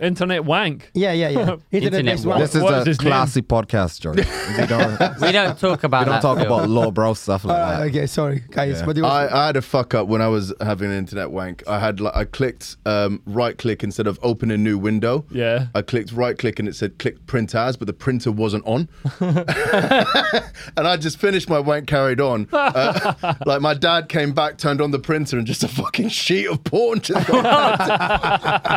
Speaker 3: Internet wank.
Speaker 2: Yeah, yeah, yeah. Internet-based
Speaker 1: Internet
Speaker 2: one.
Speaker 1: war.
Speaker 4: This is
Speaker 3: What is
Speaker 4: a
Speaker 3: his name?
Speaker 4: classy podcast, George. We don't,
Speaker 1: We don't talk about
Speaker 4: we don't
Speaker 1: that,
Speaker 4: talk
Speaker 1: Phil.
Speaker 4: about low bro stuff like
Speaker 2: Uh,
Speaker 4: that.
Speaker 2: okay, sorry, guys.
Speaker 4: Yeah.
Speaker 2: But it was,
Speaker 5: I, I had a fuck up when I was having an internet wank. I had like I clicked um, right click instead of open a new window.
Speaker 3: Yeah.
Speaker 5: I clicked right click and it said click print as, but the printer wasn't on. and I just finished my wank carried on. Uh, like my dad came back, turned on the printer, and just a fucking sheet of porn just got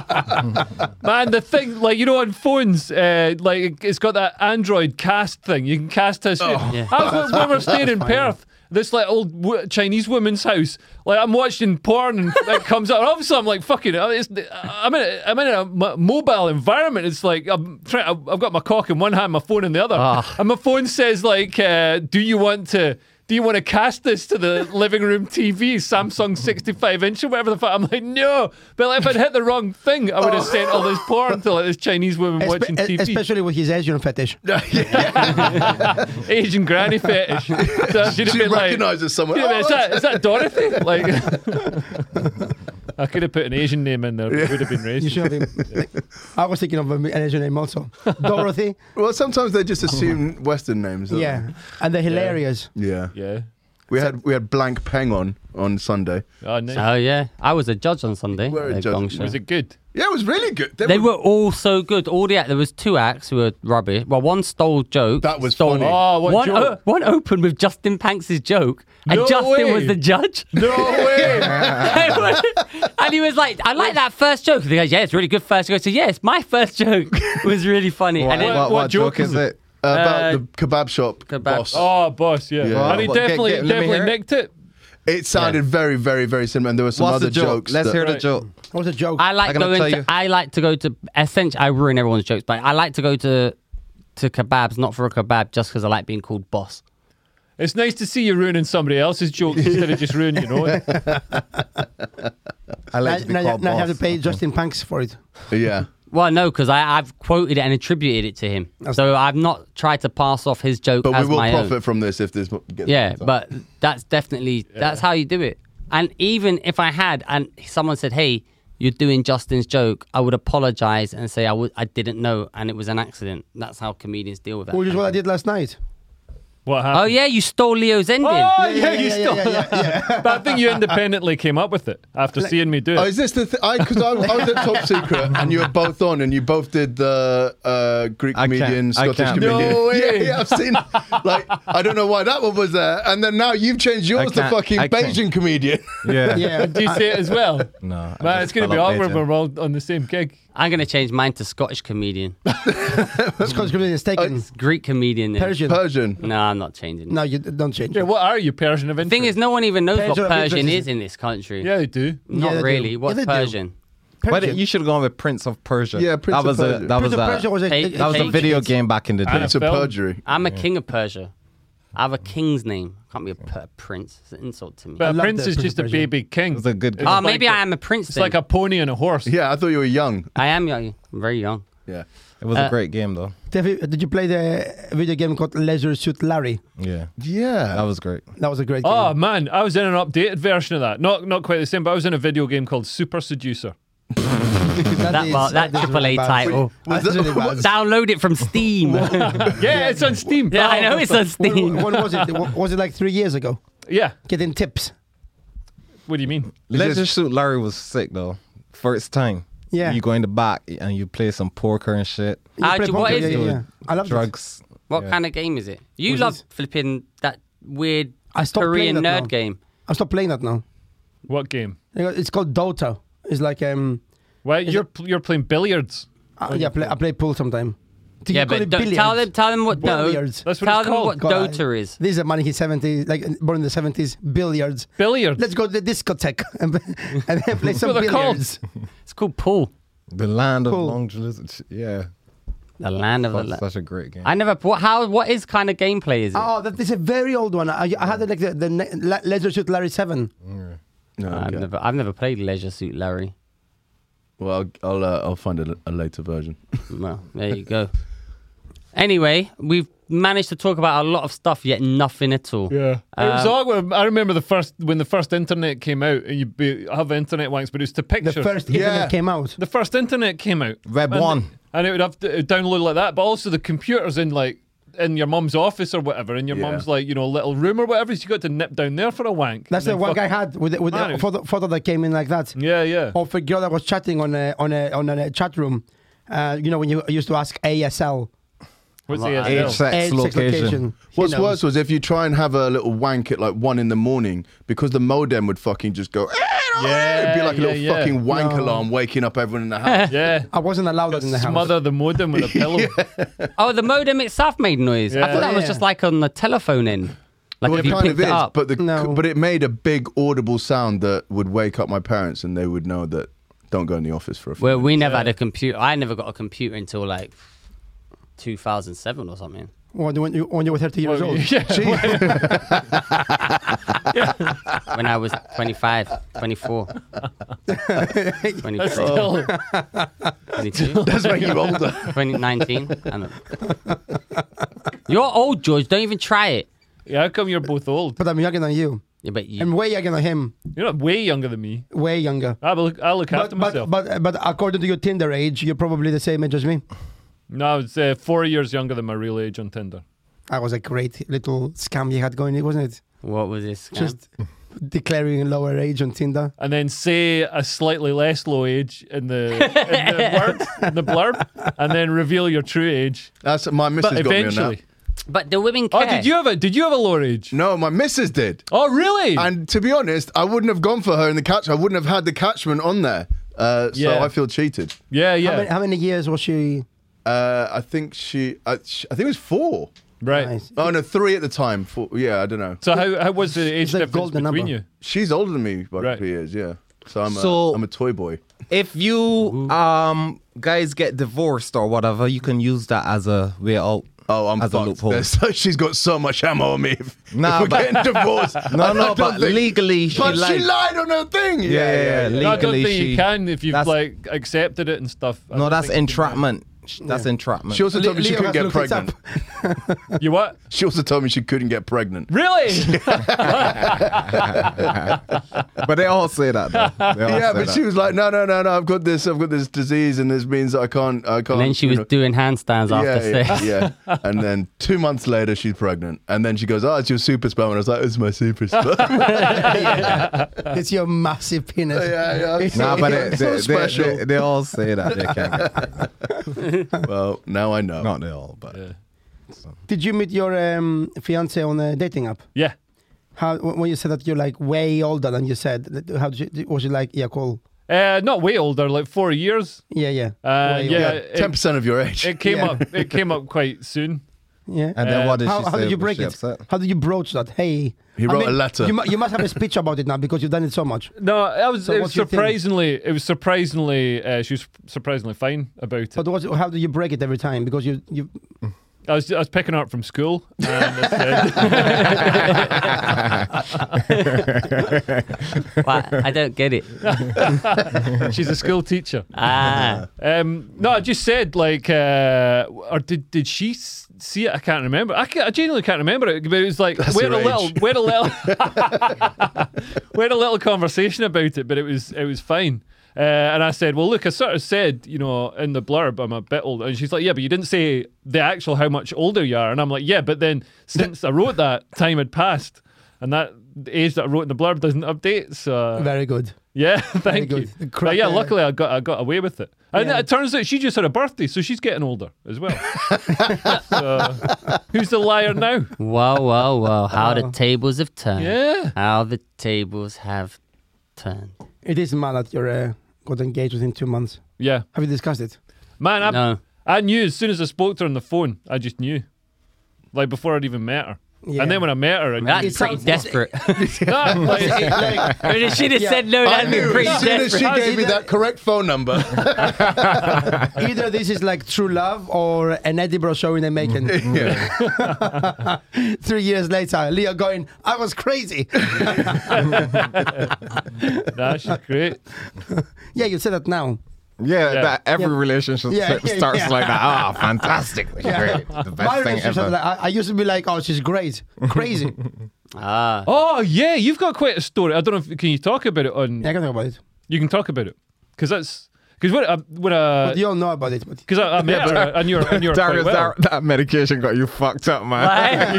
Speaker 3: Man, the thing, like, you know, on phones, uh, like, it's got that Android cast thing. You can cast us.
Speaker 1: Yeah.
Speaker 3: I was when we were staying in Perth. This like old w- Chinese woman's house. Like I'm watching porn and it comes up. Obviously, I'm like fucking. uh, It's, I'm in. A, I'm in a m- mobile environment. It's like I'm trying. I've I've got my cock in one hand, my phone in the other, and my phone says like, uh, "Do you want to? Do you want to cast this to the living room TV, Samsung 65 inch or whatever the fuck?" I'm like, "No." But like, if I'd hit the wrong thing, I would have sent all this porn to like this Chinese woman
Speaker 2: espe-
Speaker 3: watching
Speaker 2: e-
Speaker 3: TV.
Speaker 2: especially with his Asian fetish.
Speaker 3: Asian granny fetish. So she'd have
Speaker 5: she
Speaker 3: been like,
Speaker 5: recognizes someone.
Speaker 3: Yeah, but is
Speaker 5: Oh,
Speaker 3: that is that Dorothy? Like, I could have put an Asian name in there. but It would have been
Speaker 2: You
Speaker 3: racist.
Speaker 2: should have him. I was thinking of an Asian name also, Dorothy.
Speaker 5: well, sometimes they just assume Western names. don't
Speaker 2: yeah, and they're hilarious.
Speaker 5: they? Yeah.
Speaker 3: Yeah.
Speaker 5: We had we had blank peng on on Sunday.
Speaker 3: Oh, nice.
Speaker 1: Oh yeah, I was a judge on Sunday.
Speaker 5: were a
Speaker 1: at
Speaker 5: judge.
Speaker 1: Gong Show.
Speaker 3: Was it good?
Speaker 5: Yeah, it was really good.
Speaker 1: They were all so good. All the act, there was two acts who were rubbish. Well, one stole jokes.
Speaker 5: That was
Speaker 1: stole,
Speaker 5: funny. Ah,
Speaker 3: Oh, what
Speaker 1: one,
Speaker 3: joke?
Speaker 1: one opened with Justin Panks' joke, and
Speaker 3: No
Speaker 1: Justin
Speaker 3: way.
Speaker 1: was the judge.
Speaker 3: No way.
Speaker 1: and he was like, "I like that first joke." And he goes, "Yeah, it's really good first joke." I said, "Yeah, it's my first joke." It was really funny.
Speaker 4: What,
Speaker 1: and it,
Speaker 4: what,
Speaker 3: what
Speaker 4: what
Speaker 3: joke
Speaker 4: joke
Speaker 3: is
Speaker 4: is it?
Speaker 5: Uh, about
Speaker 1: Uh,
Speaker 5: the kebab shop
Speaker 1: kebab-
Speaker 5: boss.
Speaker 3: oh, boss. Yeah.
Speaker 5: Yeah.
Speaker 3: And he
Speaker 4: Well, get-
Speaker 3: definitely
Speaker 4: get- let me
Speaker 3: definitely
Speaker 4: hear it.
Speaker 3: nicked it.
Speaker 5: It sounded very, very, very similar. And there were some
Speaker 4: What's
Speaker 5: other
Speaker 4: the joke?
Speaker 5: jokes.
Speaker 4: Let's
Speaker 5: that-
Speaker 4: hear the
Speaker 3: Right.
Speaker 4: joke.
Speaker 2: What was a joke?
Speaker 1: I like
Speaker 4: I cannot
Speaker 1: going.
Speaker 4: tell
Speaker 1: To,
Speaker 4: you.
Speaker 1: I like to go to. Essentially, I ruin everyone's jokes, but I like to go to to kebabs, not for a kebab, just because I like being called boss.
Speaker 3: It's nice to see you ruining somebody else's jokes instead of just ruining your own.
Speaker 4: I
Speaker 2: now,
Speaker 4: like to be
Speaker 2: now-
Speaker 4: called
Speaker 2: now you have to
Speaker 4: boss.
Speaker 2: pay Justin Panks for it.
Speaker 5: Yeah.
Speaker 1: Well, no, because I've quoted it and attributed it to him, so I've not tried to pass off his joke
Speaker 5: But
Speaker 1: as
Speaker 5: we will
Speaker 1: my
Speaker 5: profit
Speaker 1: own.
Speaker 5: from this if this gets
Speaker 1: Yeah, but that's definitely that's how you do it. And even if I had, and someone said, "Hey, you're doing Justin's joke," I would apologize and say I w- I didn't know, and it was an accident. That's how comedians deal with that.
Speaker 2: Which is what I did last night.
Speaker 3: What
Speaker 1: oh
Speaker 3: happened?
Speaker 1: yeah, you stole Leo's ending.
Speaker 3: Oh, yeah,
Speaker 2: yeah,
Speaker 3: you
Speaker 2: yeah,
Speaker 3: still.
Speaker 2: yeah,
Speaker 3: but I think you independently came up with it after seeing me do it.
Speaker 5: Oh, is this the thing? Because I, I was at Top Secret and you were both on and you both did the uh, Greek
Speaker 4: I can't-
Speaker 5: comedian,
Speaker 4: I
Speaker 5: Scottish
Speaker 4: can't.
Speaker 5: comedian.
Speaker 3: No way.
Speaker 5: Yeah, yeah, I've seen. Like, I don't know why that one was there. And then now you've changed yours to
Speaker 4: can't-
Speaker 5: fucking
Speaker 4: I can't.
Speaker 5: Beijing comedian.
Speaker 4: Yeah.
Speaker 2: Yeah.
Speaker 3: do you see it as well?
Speaker 4: No. I
Speaker 3: Man,
Speaker 4: just
Speaker 3: it's going
Speaker 4: fell
Speaker 3: to be
Speaker 4: off
Speaker 3: awkward
Speaker 4: later.
Speaker 3: when we're all on the same gig.
Speaker 1: I'm gonna change mine to Scottish comedian,
Speaker 2: That's because you're mistaken.
Speaker 1: Greek comedian. then.
Speaker 2: Persian.
Speaker 5: Oh, Persian.
Speaker 1: No, I'm not changing.
Speaker 2: no, you d- don't change.
Speaker 3: Yeah,
Speaker 2: it.
Speaker 3: what are you, Persian of
Speaker 1: The thing is, no one even knows
Speaker 2: Persian
Speaker 1: what
Speaker 2: of interest
Speaker 1: Persian
Speaker 2: is-
Speaker 1: is in this country.
Speaker 3: yeah, they do.
Speaker 1: Not
Speaker 2: Yeah, they do.
Speaker 1: really.
Speaker 2: Yeah,
Speaker 1: What's
Speaker 2: they do.
Speaker 1: Persian?
Speaker 4: Why
Speaker 2: Persian.
Speaker 4: didn't- you should have gone with Prince of Persia.
Speaker 5: Yeah, Prince
Speaker 4: that
Speaker 5: of
Speaker 4: was
Speaker 5: Persia.
Speaker 4: A, that
Speaker 2: Prince
Speaker 4: was
Speaker 2: of
Speaker 4: a,
Speaker 2: Persia was a,
Speaker 1: Hey,
Speaker 4: that was a
Speaker 1: Hey,
Speaker 4: video game back in the day.
Speaker 5: It's a
Speaker 3: film.
Speaker 5: perjury.
Speaker 1: I'm a king of Persia. I have a king's name. I can't be a per- prince. It's an insult to me.
Speaker 3: But a
Speaker 2: love
Speaker 3: prince
Speaker 2: the
Speaker 3: is
Speaker 2: Prince
Speaker 3: just
Speaker 2: of
Speaker 3: a
Speaker 2: Persia.
Speaker 3: baby king.
Speaker 4: was a good
Speaker 3: It's
Speaker 4: guy.
Speaker 1: oh,
Speaker 3: like
Speaker 1: maybe
Speaker 3: a-
Speaker 1: I am a prince.
Speaker 3: It's
Speaker 1: then.
Speaker 3: like a pony and a horse.
Speaker 5: Yeah, I thought you were young.
Speaker 1: I am young. I'm very young.
Speaker 5: Yeah.
Speaker 4: It was
Speaker 1: Uh,
Speaker 4: a great game though.
Speaker 2: Tefi, Did you play the video game called Leisure Suit Larry?
Speaker 4: Yeah. That
Speaker 5: Yeah.
Speaker 4: was great.
Speaker 2: That was a great
Speaker 3: Oh
Speaker 2: game.
Speaker 3: man, I was in an updated version of that. Not not quite the same, but I was in a video game called Super Seducer.
Speaker 1: That
Speaker 2: is-
Speaker 1: bar- that
Speaker 2: is
Speaker 1: triple A
Speaker 2: bad.
Speaker 1: title.
Speaker 2: That's
Speaker 5: Was that-
Speaker 2: really bad.
Speaker 1: Download it from Steam. yeah,
Speaker 3: Yeah, it's on Steam. Oh,
Speaker 1: I know it's on
Speaker 2: When,
Speaker 1: Steam.
Speaker 2: when was it? Wa- Was it like three years ago?
Speaker 3: Yeah.
Speaker 2: Getting tips.
Speaker 3: What do you mean?
Speaker 4: Let's
Speaker 5: just-
Speaker 4: just shoot Larry was sick though. First time.
Speaker 2: Yeah.
Speaker 4: You go in the back and you play some poker and shit.
Speaker 2: You
Speaker 1: Ah,
Speaker 2: play
Speaker 1: do- what
Speaker 2: poker,
Speaker 1: is
Speaker 2: yeah,
Speaker 1: it?
Speaker 2: yeah, yeah. I love
Speaker 4: drugs.
Speaker 1: What
Speaker 4: Yeah.
Speaker 1: kind of game is it? You
Speaker 2: What's
Speaker 1: love
Speaker 2: this?
Speaker 1: flipping that weird
Speaker 2: I stopped playing
Speaker 1: Korean
Speaker 2: that
Speaker 1: nerd
Speaker 2: now.
Speaker 1: game.
Speaker 2: I stopped playing that now.
Speaker 3: What game?
Speaker 2: It's called Dota. It's like um,
Speaker 3: Why you're pl- you're playing billiards.
Speaker 2: I, yeah, I play, I play pool sometime. Do you
Speaker 1: Yeah,
Speaker 2: call
Speaker 1: but
Speaker 2: it
Speaker 1: don't- tell
Speaker 2: billiards?
Speaker 1: them tell them what no,
Speaker 2: Billiards.
Speaker 3: That's what
Speaker 1: tell
Speaker 3: it's
Speaker 1: them
Speaker 3: called.
Speaker 1: what
Speaker 2: God,
Speaker 1: Dota is.
Speaker 2: This is a man in his seventies, like born in the seventies. Billiards.
Speaker 3: Billiards.
Speaker 2: Let's go to the discotheque and, and then play some
Speaker 3: what they're called.
Speaker 2: billiards.
Speaker 1: It's called pool.
Speaker 4: The land of
Speaker 2: Cool.
Speaker 4: long lizards. Yeah.
Speaker 1: The land of the.
Speaker 4: That's
Speaker 1: La-
Speaker 4: such a great game.
Speaker 1: I never. What? How? What is kind of gameplay? Is it?
Speaker 2: Oh, that is a very old one. I, I had it like the, the ne- La- Leisure Suit Larry Seven.
Speaker 5: No,
Speaker 1: I've
Speaker 5: okay.
Speaker 1: never. I've never played Leisure Suit Larry.
Speaker 5: Well, I'll, I'll, uh, I'll find a, a later version.
Speaker 1: Well, there you go. Anyway, we've managed to talk about a lot of stuff, yet nothing at all.
Speaker 3: Yeah, it was
Speaker 1: Um,
Speaker 3: awkward. I remember the first when the first internet came out, and you be, have internet wanks, but it was
Speaker 2: The
Speaker 3: to pictures.
Speaker 2: first internet
Speaker 5: Yeah.
Speaker 2: came out.
Speaker 3: the first internet came out.
Speaker 4: Web
Speaker 3: and,
Speaker 4: one.
Speaker 3: And it would have to it would download like that, but also the computers in like in your mum's office or whatever, in your
Speaker 5: Yeah.
Speaker 3: mum's like you know little room or whatever. So you got to nip down there for a wank.
Speaker 2: That's the
Speaker 3: and then
Speaker 2: one
Speaker 3: fuck-
Speaker 2: guy had with the, with
Speaker 3: Man, it
Speaker 2: the
Speaker 3: was-
Speaker 2: photo, photo that came in like that.
Speaker 3: Yeah, yeah.
Speaker 2: Of a girl that was chatting on a on a on a chat room. Uh, you know when you used to ask ASL.
Speaker 3: What's
Speaker 1: Like,
Speaker 3: the
Speaker 1: I
Speaker 4: Age,
Speaker 3: ASL?
Speaker 4: sex,
Speaker 2: Age, sex,
Speaker 4: location.
Speaker 2: He
Speaker 5: What's
Speaker 2: knows.
Speaker 5: worse was if you try and have a little wank at like one in the morning because the modem would fucking just go. "Ah,
Speaker 3: Yeah,
Speaker 5: It'd be like a
Speaker 3: yeah,
Speaker 5: little
Speaker 3: yeah.
Speaker 5: fucking wank
Speaker 2: No.
Speaker 5: alarm waking up everyone in the house.
Speaker 3: Yeah.
Speaker 2: I wasn't allowed that in the house.
Speaker 3: Smother the modem with a pillow.
Speaker 1: Oh, the modem itself made noise. I thought that was
Speaker 2: Yeah.
Speaker 1: just like on the telephone in. Like
Speaker 5: Well,
Speaker 1: if
Speaker 5: it
Speaker 1: you
Speaker 5: kind
Speaker 1: picked
Speaker 5: of
Speaker 1: it
Speaker 5: is,
Speaker 1: up.
Speaker 5: but the
Speaker 2: No.
Speaker 5: but it made a big audible sound that would wake up my parents and they would know that don't go in the office for a. few
Speaker 1: Well, we
Speaker 5: minutes."
Speaker 1: never had a computer. I never got a computer until like 2007 or something.
Speaker 2: When, when you when you were thirty years old.
Speaker 3: yeah.
Speaker 1: When I was 25, 24, 22,
Speaker 3: Still,
Speaker 1: 22,
Speaker 5: That's when you're older.
Speaker 1: 2019. I don't know. You're old, George. Don't even try it.
Speaker 3: yeah, how come you're both old?
Speaker 2: But I'm younger than you.
Speaker 1: Yeah, but you,
Speaker 2: I'm way younger than him.
Speaker 3: You're not way younger than me.
Speaker 2: Way younger.
Speaker 3: I look, I look after
Speaker 2: But but,
Speaker 3: myself.
Speaker 2: but but according to your Tinder age, you're probably the same age as me.
Speaker 3: no, it's uh, four years younger than my real age on Tinder.
Speaker 2: That was a great little scam you had going, wasn't it?
Speaker 1: what was this? scam?
Speaker 2: Just declaring lower age on Tinder.
Speaker 3: and then say a slightly less low age in the, in the, word, in the blurb, and then reveal your true age.
Speaker 5: That's my missus
Speaker 3: But
Speaker 5: got me on that.
Speaker 3: eventually,
Speaker 1: but the women care.
Speaker 3: oh, did you have a did you have a lower age?
Speaker 5: No, my missus did.
Speaker 3: Oh, really?
Speaker 5: And to be honest, I wouldn't have gone for her in the catch. I wouldn't have had the catchment on there. Uh, so
Speaker 3: Yeah.
Speaker 5: I feel cheated.
Speaker 3: yeah, yeah,
Speaker 2: How, many, how many years was she?
Speaker 5: Uh, I think she, I, sh I think it was four.
Speaker 3: right.
Speaker 2: Nice.
Speaker 5: Oh no, three at the time. Four, yeah, I don't know.
Speaker 3: So how how was the age
Speaker 2: like
Speaker 3: difference
Speaker 2: golden
Speaker 3: between
Speaker 2: number.
Speaker 3: you?
Speaker 5: She's older than me by
Speaker 3: Right.
Speaker 5: three years. Yeah. So I'm
Speaker 4: So-
Speaker 5: a, I'm a toy boy.
Speaker 4: If you um guys get divorced or whatever, you can use that as a way out.
Speaker 5: Oh, I'm
Speaker 4: as a
Speaker 5: fucked.
Speaker 4: loophole.
Speaker 5: There's So she's got so much ammo on me. If,
Speaker 4: Nah,
Speaker 5: if we're
Speaker 4: but-
Speaker 5: getting divorced. I
Speaker 4: No, no,
Speaker 5: don't
Speaker 4: but
Speaker 5: think-
Speaker 4: legally she
Speaker 5: But she
Speaker 4: lied.
Speaker 5: lied on her thing.
Speaker 4: Yeah,
Speaker 5: Yeah, yeah,
Speaker 4: yeah,
Speaker 5: yeah.
Speaker 4: yeah.
Speaker 3: No, I don't
Speaker 4: Legally,
Speaker 3: think
Speaker 4: she-
Speaker 3: you can if you've
Speaker 4: that's-
Speaker 3: like accepted it and stuff. I
Speaker 4: no,
Speaker 3: don't
Speaker 4: that's
Speaker 3: think
Speaker 4: entrapment. Sh- That's entrapment.
Speaker 5: She also
Speaker 2: Le-
Speaker 5: told me she
Speaker 2: Leo
Speaker 5: couldn't
Speaker 2: has looked this
Speaker 5: get pregnant.
Speaker 2: up.
Speaker 3: You what?
Speaker 5: She also told me she couldn't get pregnant.
Speaker 3: Really?
Speaker 4: but they all say that. Though. They all
Speaker 5: Yeah,
Speaker 4: say
Speaker 5: but
Speaker 4: that.
Speaker 5: she was like, no, no, no, no. I've got this. I've got this disease, and this means that I can't. I can't.
Speaker 1: And then she
Speaker 5: Oh, you
Speaker 1: was
Speaker 5: know.
Speaker 1: doing handstands after
Speaker 5: yeah,
Speaker 1: six.
Speaker 5: yeah, yeah. And then two months later, she's pregnant. And then she goes, "Oh, it's your super sperm." And I was like, "It's my super sperm."
Speaker 2: It's your massive penis.
Speaker 5: Yeah, yeah.
Speaker 2: It's-
Speaker 4: Nah, but they,
Speaker 5: It's
Speaker 4: they,
Speaker 5: so
Speaker 4: they,
Speaker 5: special.
Speaker 4: they- they all say that they can't. Get pregnant.
Speaker 5: well, now I know.
Speaker 4: Not they all, but
Speaker 2: Did you meet your um, fiance on a dating app?
Speaker 3: yeah.
Speaker 2: How wh- when you said that you're like way older than you said? that- How did you, was it like? Yeah, cool.
Speaker 3: Uh, not way older, like four years.
Speaker 2: Yeah, yeah.
Speaker 3: Uh,
Speaker 2: Way
Speaker 3: yeah,
Speaker 2: older.
Speaker 5: Ten
Speaker 3: it,
Speaker 5: percent of your age.
Speaker 3: it came
Speaker 2: Yeah.
Speaker 3: up. It came up quite soon.
Speaker 2: yeah.
Speaker 4: and then
Speaker 3: Uh,
Speaker 4: what did
Speaker 2: how
Speaker 4: she
Speaker 2: how
Speaker 4: say?
Speaker 2: did you
Speaker 4: Was
Speaker 2: break
Speaker 4: she
Speaker 2: it?
Speaker 4: upset?
Speaker 2: How did you broach that? Hey,
Speaker 5: He wrote a letter.
Speaker 2: You, mu- you must have a speech about it now because you've done it so much.
Speaker 3: No, I was,
Speaker 2: So what do
Speaker 3: it was
Speaker 2: you think?
Speaker 3: surprisingly. It was surprisingly. Uh, she was surprisingly fine about it.
Speaker 2: But what, how do you break it every time? Because you you
Speaker 3: I was, I was picking her up from school. And uh, I
Speaker 1: But I don't get it.
Speaker 3: said- she's a school teacher.
Speaker 1: Ah.
Speaker 3: Um, no, I just said like, uh, or did did she s- see it? I can't remember. I, ca- I genuinely can't remember it. But it was like
Speaker 5: That's
Speaker 3: we had a
Speaker 5: your
Speaker 3: little,
Speaker 5: age.
Speaker 3: we had a little, we had a little conversation about it. But it was it was fine. Uh, and I said, well, look, I sort of said, you know, in the blurb, I'm a bit old. And she's like, yeah, but you didn't say the actual how much older you are. And I'm like, yeah, but then since I wrote that, time had passed, and that the age that I wrote in the blurb doesn't update. So
Speaker 2: very good.
Speaker 3: yeah, thank
Speaker 2: good.
Speaker 3: you.
Speaker 2: The crap
Speaker 3: But yeah,
Speaker 2: there.
Speaker 3: luckily I got I got away with it. And
Speaker 2: Yeah.
Speaker 3: it turns out she just had a birthday, so she's getting older as well. so, who's the liar now?
Speaker 1: Whoa, whoa, whoa. How the tables have turned.
Speaker 3: Yeah.
Speaker 1: How the tables have turned.
Speaker 2: It is mad that you're uh, got engaged within two months.
Speaker 3: Yeah,
Speaker 2: Have you discussed it?
Speaker 3: man, I,
Speaker 1: No.
Speaker 3: I knew as soon as I spoke to her on the phone, I just knew, like before I'd even met her.
Speaker 2: Yeah.
Speaker 3: And then when I met her, I
Speaker 1: I mean,
Speaker 3: knew.
Speaker 1: that's
Speaker 2: It
Speaker 1: pretty
Speaker 2: sounds-
Speaker 1: desperate.
Speaker 3: No, like,
Speaker 1: I mean, if she'd have
Speaker 2: Yeah.
Speaker 1: said no,
Speaker 5: I
Speaker 1: that'd be
Speaker 5: knew
Speaker 1: pretty
Speaker 5: as soon as
Speaker 1: desperate.
Speaker 5: she
Speaker 2: desperate.
Speaker 5: gave me that correct phone number.
Speaker 2: Either this is like true love or an Edinburgh show in the making.
Speaker 5: yeah.
Speaker 2: Three years later, Leo going, I was crazy.
Speaker 3: nah, she's great.
Speaker 2: yeah, you said that now.
Speaker 4: Yeah,
Speaker 3: Yeah.
Speaker 4: That every relationship
Speaker 2: Yeah,
Speaker 4: st- starts
Speaker 2: yeah.
Speaker 4: like that. Ah, fantastic. Great. The best
Speaker 2: My
Speaker 4: thing
Speaker 2: relationship,
Speaker 4: ever.
Speaker 2: like, I, I used to be like, oh, she's great, crazy.
Speaker 1: Ah,
Speaker 3: Oh yeah, you've got quite a story. I don't know. if Can you talk about it on?
Speaker 2: yeah, I can talk about it.
Speaker 3: You can talk about it because that's uh, because when I, when I
Speaker 2: But you all know about it. But
Speaker 3: because I, I met her and you're and you're
Speaker 4: Darius,
Speaker 3: quite well.
Speaker 4: that, that medication got you fucked up, man.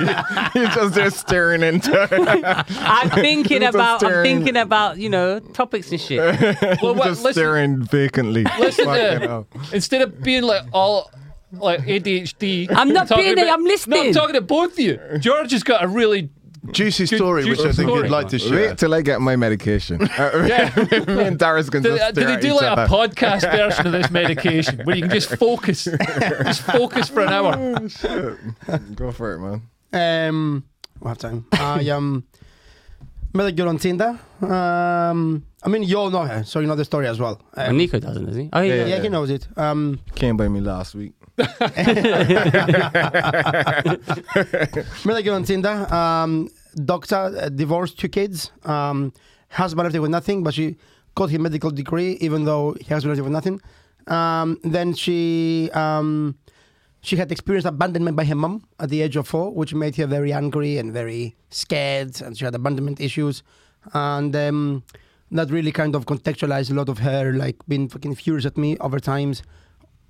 Speaker 4: He's just there staring into it.
Speaker 1: I'm thinking
Speaker 4: It's a
Speaker 1: about. I'm
Speaker 4: staring-
Speaker 1: thinking about you know topics and shit.
Speaker 3: Well, what-
Speaker 4: just
Speaker 3: listen,
Speaker 4: staring vacantly.
Speaker 3: listen
Speaker 4: Fucking
Speaker 3: to,
Speaker 4: hell.
Speaker 3: instead of being like all like ADHD.
Speaker 1: I'm not
Speaker 3: talking
Speaker 1: being it, I'm
Speaker 3: No,
Speaker 1: listening.
Speaker 3: I'm talking to both of you. George has got a really
Speaker 5: Juicy story,
Speaker 3: juicy
Speaker 5: which I think
Speaker 3: story.
Speaker 5: you'd like to share.
Speaker 4: Wait till I get my medication. Uh, me and Darius can
Speaker 3: Did,
Speaker 4: just
Speaker 3: did
Speaker 4: stare
Speaker 3: they
Speaker 4: at
Speaker 3: do
Speaker 4: each
Speaker 3: like
Speaker 4: other.
Speaker 3: a podcast version of this medication where you can just focus, just focus for an hour?
Speaker 4: Go for it, man.
Speaker 2: um, we have time. I um met a girl on Tinder. Um, I mean, you all know her, so you know the story as well.
Speaker 1: Well,
Speaker 2: Um,
Speaker 1: Nico doesn't, does he? Oh, yeah.
Speaker 2: yeah, he knows it. Um,
Speaker 4: Came by me last week.
Speaker 2: met a girl on Tinder. Um, doctor, uh, divorced, two kids. Um, husband left her with nothing, but she got her medical degree, even though her husband left her with nothing. Um, then she um, she had experienced abandonment by her mum at the age of four, which made her very angry and very scared, and she had abandonment issues, and um, that really kind of contextualized a lot of her like being fucking furious at me over times,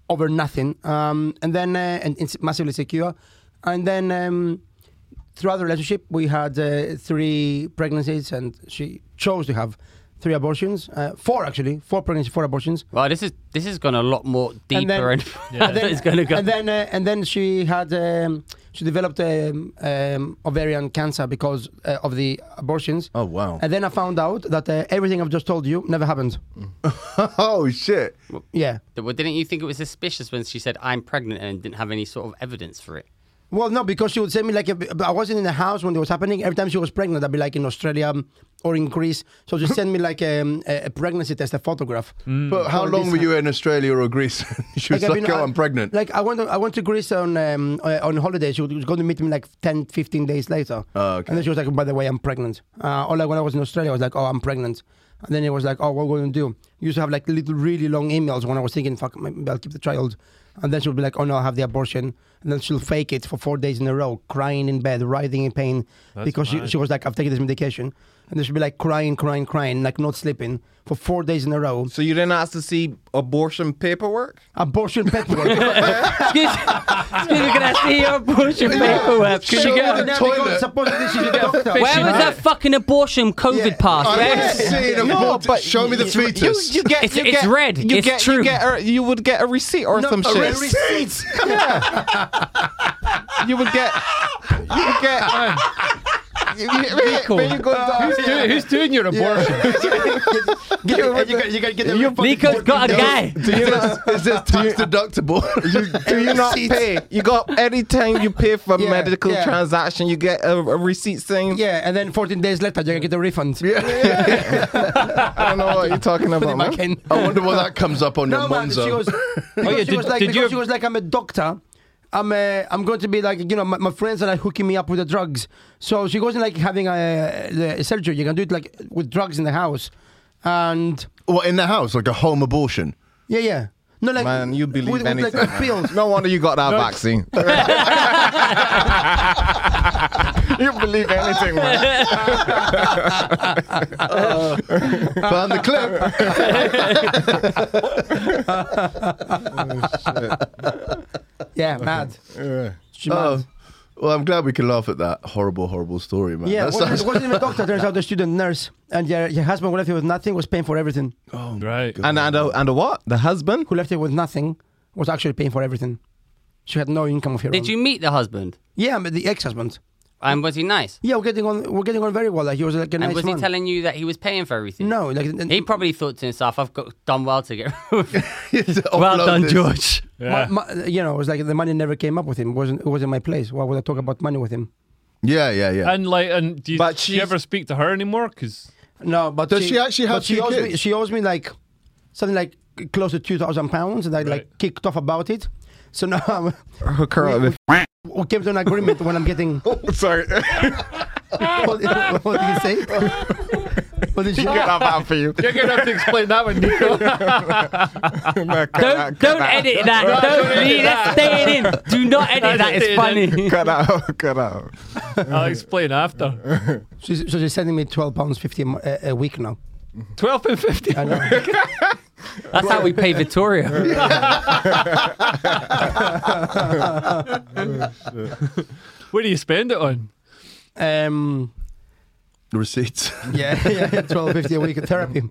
Speaker 2: over nothing, um, and then uh, and it's massively secure, and then um, throughout the relationship we had uh, three pregnancies, and she chose to have three abortions, uh, four actually, four pregnancies, four abortions,
Speaker 1: Well, this is this has gone a lot more
Speaker 2: And then-
Speaker 1: deeper and,
Speaker 2: and then,
Speaker 1: it's going to go.
Speaker 2: And then, uh, and then she had um, she developed um, um, ovarian cancer because uh, of the abortions.
Speaker 5: Oh wow!
Speaker 2: And then I found out that uh, everything I've just told you never happened.
Speaker 5: Mm. oh shit!
Speaker 2: Yeah.
Speaker 1: well, didn't you think it was suspicious when she said I'm pregnant and didn't have any sort of evidence for it?
Speaker 2: Well, no, because she would send me like a, I wasn't in the house when it was happening. Every time she was pregnant, I'd be like in Australia um, or in Greece. So just send me like um, a, a pregnancy test, a photograph.
Speaker 3: Mm.
Speaker 5: But how
Speaker 2: Well,
Speaker 5: long
Speaker 2: this-
Speaker 5: were you in Australia or Greece? she was
Speaker 2: I've
Speaker 5: like,
Speaker 2: been-
Speaker 5: "Oh,
Speaker 2: I-
Speaker 5: I'm pregnant."
Speaker 2: Like I went, to, I went to Greece on um, uh, on holiday. She was going to meet me like 10, 15 days later.
Speaker 5: Oh, okay.
Speaker 2: And then she was like, "By the way, I'm pregnant." Uh, or like when I was in Australia, I was like, "Oh, I'm pregnant." And then it was like, "Oh, what are we going to do?" You used to have like little, really long emails when I was thinking, "Fuck, maybe I'll keep the child." And then she'll be like, "Oh no, I'll have the abortion." And then she'll fake it for four days in a row, crying in bed, writhing in pain, because she, she was like, "I've taken this medication," and then she'll be like crying, crying, crying, like not sleeping for four days in a row.
Speaker 4: So you didn't ask to see abortion paperwork?
Speaker 2: Abortion paperwork.
Speaker 1: excuse, excuse me, can I see your abortion paperwork?
Speaker 5: Could you get
Speaker 2: Now,
Speaker 5: a
Speaker 2: because
Speaker 5: toilet?
Speaker 2: Supposedly she's a doctor.
Speaker 1: Where was that fucking abortion COVID
Speaker 2: Yeah.
Speaker 1: pass?
Speaker 5: I
Speaker 1: Where-
Speaker 5: want to see an abort- Show me the fetus.
Speaker 4: get,
Speaker 1: It's- it's red. It's true.
Speaker 4: You, get a, you would get a receipt or some
Speaker 2: a
Speaker 4: shit.
Speaker 2: receipt.
Speaker 4: You would get. You would get. You, you, when you go down,
Speaker 3: Who's, doing, who's doing your abortion?
Speaker 2: Get- you gotta- you gotta get the fucking
Speaker 1: Nico's got a guy.
Speaker 4: do you not,
Speaker 5: Is this tax deductible?
Speaker 4: do you not pay? You go anytime you pay for
Speaker 2: Yeah,
Speaker 4: medical
Speaker 2: yeah.
Speaker 4: transaction, you get a, a receipt saying,
Speaker 2: Yeah, and then 14 days later, you're gonna get a refund. Yeah,
Speaker 4: "I don't know what you're talking about, man."
Speaker 2: back in.
Speaker 5: I wonder what that comes up on
Speaker 2: No,
Speaker 5: your
Speaker 2: man,
Speaker 5: Monzo.
Speaker 2: she was, because she
Speaker 3: did-
Speaker 2: was like,
Speaker 3: did you
Speaker 2: because
Speaker 3: have-
Speaker 2: she was like, I'm a doctor. I'm, uh, I'm going to be like, you know, my, my friends are like hooking me up with the drugs. So she wasn't like having a, a surgery. You can do it like with drugs in the house. And
Speaker 5: What in the house, like a home abortion?
Speaker 2: yeah, yeah. No, like,
Speaker 4: Man, you believe
Speaker 2: with, with,
Speaker 4: anything.
Speaker 2: like, with pills.
Speaker 4: No wonder you got that vaccine. you believe anything, man.
Speaker 5: Uh, Found the clip.
Speaker 2: Yeah, mad. She mad.
Speaker 5: Oh, well, I'm glad we could laugh at that horrible, horrible story, man.
Speaker 2: Yeah,
Speaker 5: That
Speaker 2: wasn't,
Speaker 5: sounds-
Speaker 2: wasn't even a doctor. Turns out the student nurse, and your, your husband who left you with nothing was paying for everything.
Speaker 3: Right.
Speaker 4: And and a, and a what? The husband?
Speaker 2: Who left you with nothing was actually paying for everything. She had no income of her own.
Speaker 1: Did you meet the husband?
Speaker 2: Yeah, but the ex-husband.
Speaker 1: And was he nice?
Speaker 2: Yeah, we're getting on. We're getting on very well. Like he was like a
Speaker 1: And
Speaker 2: nice
Speaker 1: was
Speaker 2: man.
Speaker 1: he telling you that he was paying for everything?
Speaker 2: No, like and-
Speaker 1: He probably thought to himself, "I've got done well to get." well
Speaker 5: Upload
Speaker 1: done,
Speaker 5: this.
Speaker 1: George.
Speaker 2: my-
Speaker 3: Yeah.
Speaker 2: my- you know, it was like the money never came up with him. It wasn't It wasn't my place. Why would I talk about money with him?
Speaker 5: Yeah, yeah, yeah.
Speaker 3: And like, and do you,
Speaker 4: But
Speaker 3: do you
Speaker 4: she's-
Speaker 3: ever speak to her anymore? Because
Speaker 2: No, but
Speaker 5: Does she actually have
Speaker 2: but she
Speaker 5: two
Speaker 2: owes me,
Speaker 5: kids?
Speaker 2: she owes me like something like close to two thousand pounds, and I
Speaker 3: Right.
Speaker 2: like kicked off about it. So now I'm,
Speaker 4: Hook her up with.
Speaker 2: we came to an agreement when I'm getting.
Speaker 4: Sorry.
Speaker 2: what, what did you say? But did
Speaker 4: You
Speaker 2: you?
Speaker 4: get that out for you.
Speaker 3: You're gonna have to explain that one, Nico.
Speaker 4: Cut
Speaker 1: Don't
Speaker 4: that-
Speaker 1: don't
Speaker 4: cut
Speaker 1: edit that. Don't leave that. Stay it in. Do not edit that. It's funny.
Speaker 4: Cut out, cut out.
Speaker 3: I'll explain after.
Speaker 2: She's, so she's sending me twelve pounds fifty a, mo- a, a week now.
Speaker 3: Twelve and fifty.
Speaker 2: I know.
Speaker 1: That's how we pay Victoria.
Speaker 3: What do you spend it on?
Speaker 2: um,
Speaker 5: The receipts.
Speaker 2: yeah, yeah, twelve fifty a week at therapy.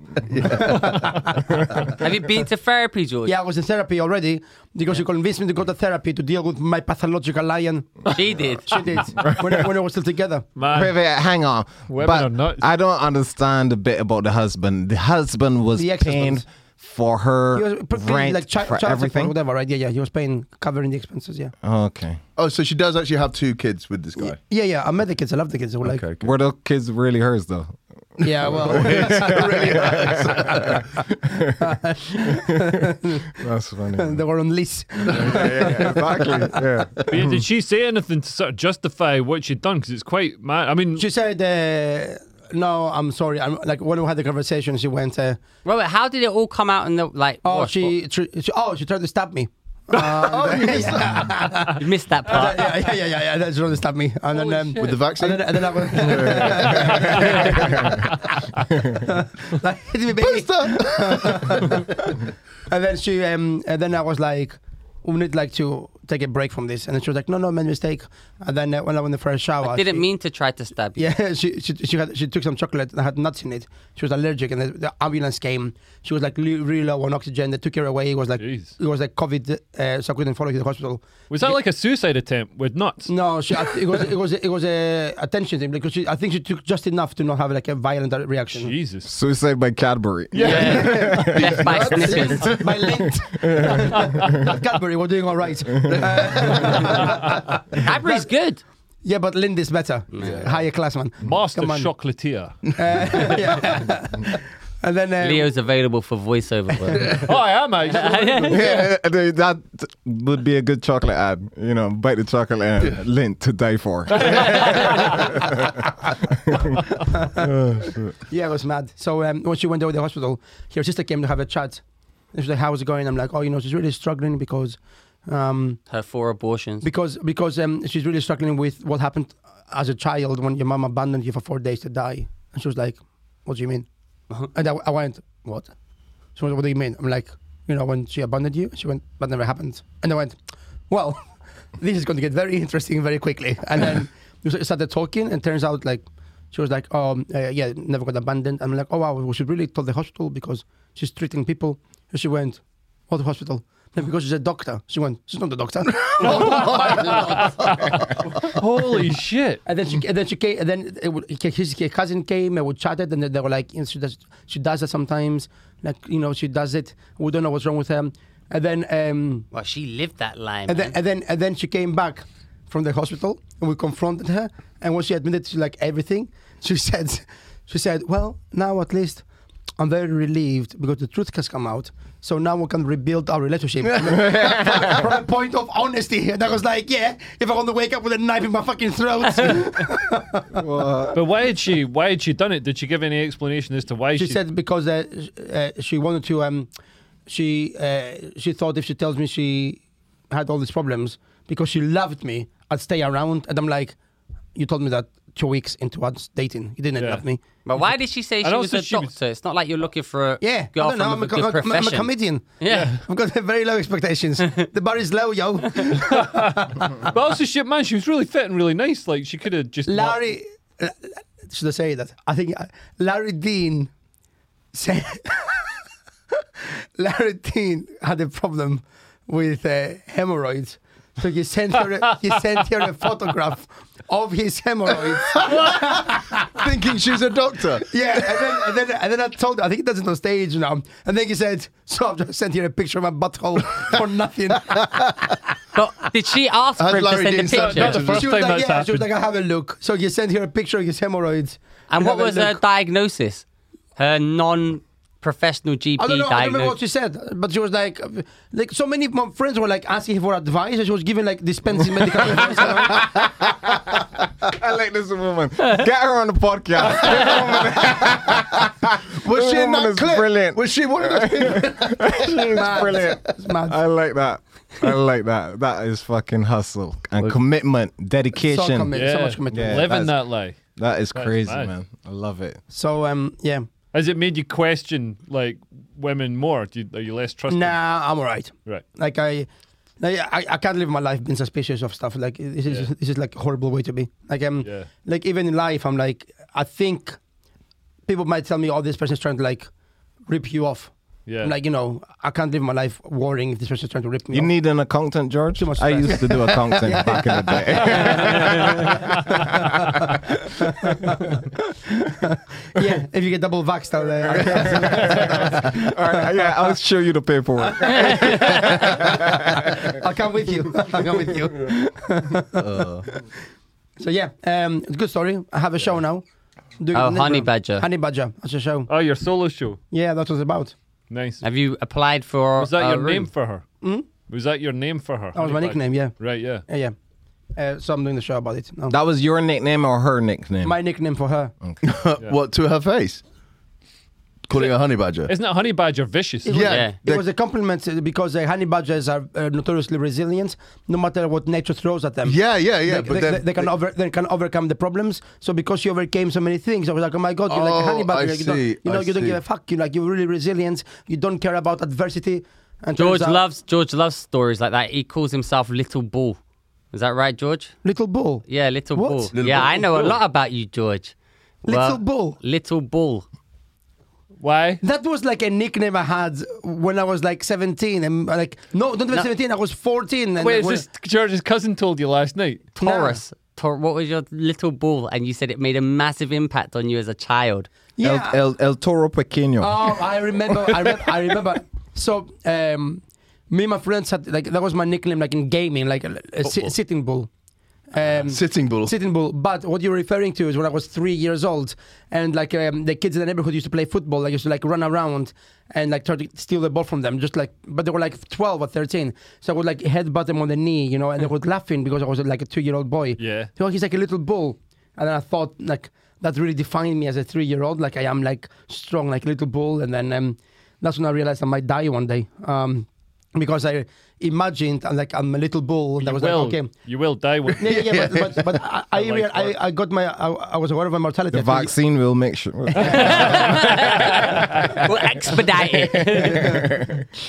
Speaker 1: Have you been to therapy, George?
Speaker 2: Yeah, I was in therapy already because you convinced me to go to therapy to deal with my pathological lion.
Speaker 1: She did.
Speaker 2: She did when, I- when I was still together.
Speaker 4: Wait,
Speaker 3: Man,
Speaker 4: wait, hang on.
Speaker 3: Women are
Speaker 4: but
Speaker 3: nuts.
Speaker 4: I don't understand the bit about the husband. The husband was
Speaker 2: The
Speaker 4: paying
Speaker 2: ex-husband.
Speaker 4: for her
Speaker 2: He was p- paying,
Speaker 4: rent
Speaker 2: like chi-
Speaker 4: for
Speaker 2: child support,
Speaker 4: everything.
Speaker 2: whatever, right? Yeah, yeah. He was paying covering the expenses. Yeah.
Speaker 4: Okay.
Speaker 5: Oh, so she does actually have two kids with this guy.
Speaker 2: Yeah, yeah. I met the kids. I love the kids. They were like,
Speaker 5: Okay.
Speaker 4: Were the kids really hers though?
Speaker 2: yeah, well,
Speaker 4: That's funny.
Speaker 2: they were on lease.
Speaker 4: exactly. Yeah.
Speaker 3: But yeah,
Speaker 2: Mm-hmm.
Speaker 3: did she say anything to sort of justify what she'd done? Because it's quite mad. I mean,
Speaker 2: She said, uh, "No, I'm sorry." I'm like when we had the conversation, she went, uh,
Speaker 1: Robert, how did it all come out in the like?
Speaker 2: "Oh,
Speaker 1: what- Oh,
Speaker 2: she, tr- she, oh, she tried to stab me." Uh,
Speaker 1: what- you missed that
Speaker 2: yeah,
Speaker 1: part.
Speaker 2: yeah, yeah, yeah, yeah, yeah. She tried to stab me, and then
Speaker 1: Holy
Speaker 2: um,
Speaker 1: shit.
Speaker 5: With the vaccine?
Speaker 2: and then, and then I was like, hit me, baby. and then she, um, and then I was like, "We need like to take a break from this," and then she was like, "No, no, made mistake." And then uh, when I went in the first shower,
Speaker 1: I didn't
Speaker 2: she-
Speaker 1: mean to try to stab you.
Speaker 2: Yeah, she she she, had, she took some chocolate that had nuts in it. She was allergic, and the, the ambulance came. She was like li- really low on oxygen. They took her away. It was like
Speaker 3: Jeez.
Speaker 2: it was like COVID, uh, so I couldn't follow her to the hospital.
Speaker 3: was that like a suicide attempt with nuts?
Speaker 2: No, she, I- it was it was it was a attention thing because she, I think she took just enough to not have like a violent reaction.
Speaker 3: Jesus.
Speaker 4: Suicide by Cadbury.
Speaker 1: Yeah. Death by snitches.
Speaker 2: My lint. But Cadbury, we're doing all right. Uh,
Speaker 1: Cadbury's good.
Speaker 2: yeah, but lint is better. Higher class one.
Speaker 3: Master
Speaker 2: Come on.
Speaker 3: chocolatier.
Speaker 2: Uh, yeah. And then uh,
Speaker 1: Leo's available for voiceover work.
Speaker 3: oh, I am actually.
Speaker 4: Yeah, I think that would be a good chocolate ad. You know, bite the chocolate and lint to die for.
Speaker 2: Yeah, I was mad. So um, when she went over to the hospital, her sister came to have a chat. And she's like, "How's it going?" I'm like, "Oh, you know, she's really struggling because, um,
Speaker 1: Her four abortions.
Speaker 2: because, because um, she's really struggling with what happened as a child when your mom abandoned you for four days to die." And she was like, "What do you mean?" And I, I went, "What?" She went, "What do you mean?" I'm like, "You know, when she abandoned you." She went, "That never happened." And I went, "Well, this is going to get very interesting very quickly." And then we started talking, and turns out like she was like, "Oh, um, uh, yeah, never got abandoned." I'm like, "Oh wow, we should really tell the hospital because she's treating people." And she went, "What hospital?" Then because she's a doctor, she went, "She's not the doctor."
Speaker 3: Holy shit.
Speaker 2: and then she, and then she came, and then it, would- his, his cousin came and we chatted, and then they were like, you know, she does, she does that sometimes, like you know, she does it. We don't know what's wrong with her. And then, um,
Speaker 1: Well, she lived that line.
Speaker 2: and
Speaker 1: man.
Speaker 2: then, and then, and then she came back from the hospital, and we confronted her. And when she admitted to like everything, she said, she said, "Well, now at least I'm very relieved because the truth has come out. So now we can rebuild our relationship from a point of honesty." And I was like, "Yeah, if I want to wake up with a knife in my fucking throat."
Speaker 3: But why had she? Why had she done it? Did she give any explanation as to why she?
Speaker 2: she said because uh, sh- uh, she wanted to. Um, she uh, she thought if she tells me she had all these problems because she loved me, I'd stay around. And I'm like, you told me that two weeks into us dating, you didn't
Speaker 3: Yeah.
Speaker 2: love me.
Speaker 1: But why did she say
Speaker 3: And
Speaker 1: she was
Speaker 3: also
Speaker 1: a
Speaker 3: she was-
Speaker 1: doctor? It's not like you're looking for a
Speaker 2: Yeah,
Speaker 1: girl
Speaker 2: I don't know.
Speaker 1: from
Speaker 2: I'm
Speaker 1: a,
Speaker 2: a,
Speaker 1: good
Speaker 2: co- I'm a- I'm a
Speaker 1: profession.
Speaker 2: comedian.
Speaker 1: Yeah.
Speaker 2: I've got very low expectations. the bar is low, yo.
Speaker 3: But also, shit, man, she was really fit and really nice. Like she could have just. not-
Speaker 2: Larry, L- L- should I say that? I think uh, Larry Dean said Larry Dean had a problem with uh, hemorrhoids, so he sent her a, he sent her a photograph of his hemorrhoids.
Speaker 5: Thinking she's a doctor.
Speaker 2: Yeah, and then, and then and then I told her I think he does it on stage now, and then he said, "So I've just sent her a picture of my butthole for nothing."
Speaker 1: But did she ask
Speaker 5: Has
Speaker 1: for him to
Speaker 5: Larry
Speaker 1: send a
Speaker 5: Dean said
Speaker 1: picture?
Speaker 5: that?
Speaker 3: First
Speaker 2: she was
Speaker 3: time
Speaker 2: like,
Speaker 3: that's
Speaker 2: "Yeah," she was
Speaker 3: happened.
Speaker 2: like, "I have a look." So he sent her a picture of his hemorrhoids.
Speaker 1: And what
Speaker 2: have a
Speaker 1: was her
Speaker 2: look.
Speaker 1: diagnosis? Her non-professional GP
Speaker 2: I don't know. I don't remember what
Speaker 1: diagnosis.
Speaker 2: she said, but she was like, like so many of my friends were like asking for advice, and she was giving like dispensing medical advice. you know?
Speaker 4: I like this woman. Get her on the podcast. This woman-
Speaker 5: Was she in
Speaker 4: woman
Speaker 5: that
Speaker 4: is
Speaker 5: clip?
Speaker 4: brilliant.
Speaker 5: Was she one of those people?
Speaker 4: she is brilliant.
Speaker 2: mad.
Speaker 4: I like that. I like that. That is fucking hustle and commitment, dedication.
Speaker 2: So, commit, "Oh, so
Speaker 3: Yeah.
Speaker 2: much commitment.
Speaker 4: Yeah,
Speaker 3: Living
Speaker 4: that's-
Speaker 3: that lie.
Speaker 4: That is crazy,
Speaker 3: mad.
Speaker 4: man. I love it.
Speaker 2: So um, yeah.
Speaker 3: Has it made you question like women more? Do you, are you less trusting?
Speaker 2: Nah, I'm alright.
Speaker 3: Right.
Speaker 2: Like I, like, I, I can't live my life being suspicious of stuff. Like this is
Speaker 3: Yeah.
Speaker 2: this is like a horrible way to be. Like um,
Speaker 3: Yeah.
Speaker 2: like even in life, I'm like I think people might tell me, oh, this person's trying to like rip you off.
Speaker 3: Yeah.
Speaker 2: I'm like you know, I can't live my life worrying if this person's trying to rip me
Speaker 4: You
Speaker 2: off.
Speaker 4: need an accountant, George?
Speaker 2: Too much
Speaker 4: I
Speaker 2: stress.
Speaker 4: used to do accounting back in the day.
Speaker 2: yeah, if you get double vaxxed, I'll, uh,
Speaker 4: All right, yeah, I'll show you the paperwork.
Speaker 2: I'll come with you. I'll come with you. so yeah, um, it's a good story. I have a show now. Doing
Speaker 1: Oh,
Speaker 2: it in
Speaker 1: Honey
Speaker 2: April.
Speaker 1: Badger.
Speaker 2: Honey Badger. That's a show.
Speaker 3: Oh, your solo show.
Speaker 2: Yeah, that's what it's about.
Speaker 3: Nice.
Speaker 1: Have you applied for?
Speaker 3: Was that
Speaker 1: a
Speaker 3: your
Speaker 1: room?
Speaker 3: name for her? Mm? Was that your name for her?
Speaker 2: Uh, Hmm? That was my
Speaker 3: Honeybadger.
Speaker 2: nickname. Yeah.
Speaker 3: Right. Yeah.
Speaker 2: Yeah, yeah. Uh, so I'm doing the show about it. now.
Speaker 4: That was your nickname or her nickname?
Speaker 2: My nickname for her.
Speaker 5: What to her face? Calling her honey badger.
Speaker 3: Isn't that honey badger vicious?
Speaker 1: Yeah.
Speaker 2: It was a compliment uh, because uh, honey badgers are uh, notoriously resilient, no matter what nature throws at them.
Speaker 5: Yeah, yeah,
Speaker 2: They,
Speaker 5: yeah. but
Speaker 2: they,
Speaker 5: then
Speaker 2: they- they can over they can overcome the problems. So because you overcame so many things, I was like, oh my god, you're like a
Speaker 5: Oh,
Speaker 2: honey badger.
Speaker 5: I
Speaker 2: like, you don't,
Speaker 5: see,
Speaker 2: you know,
Speaker 5: I
Speaker 2: you don't
Speaker 5: see.
Speaker 2: give a fuck. You like you're really resilient. You don't care about adversity. And
Speaker 1: George
Speaker 2: turns out-
Speaker 1: loves George loves stories like that. He calls himself Little Bull. Is that right, George?
Speaker 2: little bull.
Speaker 1: Yeah, Little
Speaker 2: What?
Speaker 1: Bull.
Speaker 2: Little
Speaker 1: yeah,
Speaker 5: Bull.
Speaker 1: I know a lot about you, George.
Speaker 2: Little
Speaker 1: Well,
Speaker 2: Bull.
Speaker 1: Little Bull.
Speaker 3: Why?
Speaker 2: That was like a nickname I had when I was like 17, and like no, not even 17. I was 14. And
Speaker 3: Wait, is
Speaker 2: when-
Speaker 3: this George's cousin told you last night?
Speaker 2: Nah.
Speaker 1: Taurus. Tor- what was your Little Bull? And you said it made a massive impact on you as a child.
Speaker 2: Yeah,
Speaker 4: El, El, El Toro Pequeño.
Speaker 2: Oh, I remember. I, re- I remember. So, um, me and my friends had like that was my nickname, like in gaming, like a, a si- sitting bull. Um,
Speaker 5: sitting bull.
Speaker 2: Sitting bull. But what you're referring to is when I was three years old, and like um, the kids in the neighborhood used to play football. I used to like run around and like try to steal the ball from them, just like. But they were like 12 or 13, so I would like headbutt them on the knee, you know, and they were laughing because I was like a two-year-old boy.
Speaker 3: Yeah.
Speaker 2: So he's like a little bull, and then I thought like that really defined me as a three-year-old. Like I am like strong, like little bull, and then um, that's when I realized I might die one day. Um, because I imagined uh, like I'm a little bull. And I
Speaker 3: You
Speaker 2: was
Speaker 3: will.
Speaker 2: like, okay,
Speaker 3: You will die. One
Speaker 2: yeah, yeah, yeah, but, but, but I, I,
Speaker 3: Like
Speaker 2: real, I,
Speaker 3: what?
Speaker 2: I got my, I, I was aware of my mortality.
Speaker 4: the
Speaker 2: I think-
Speaker 4: vaccine will make sure.
Speaker 1: we'll expedite it.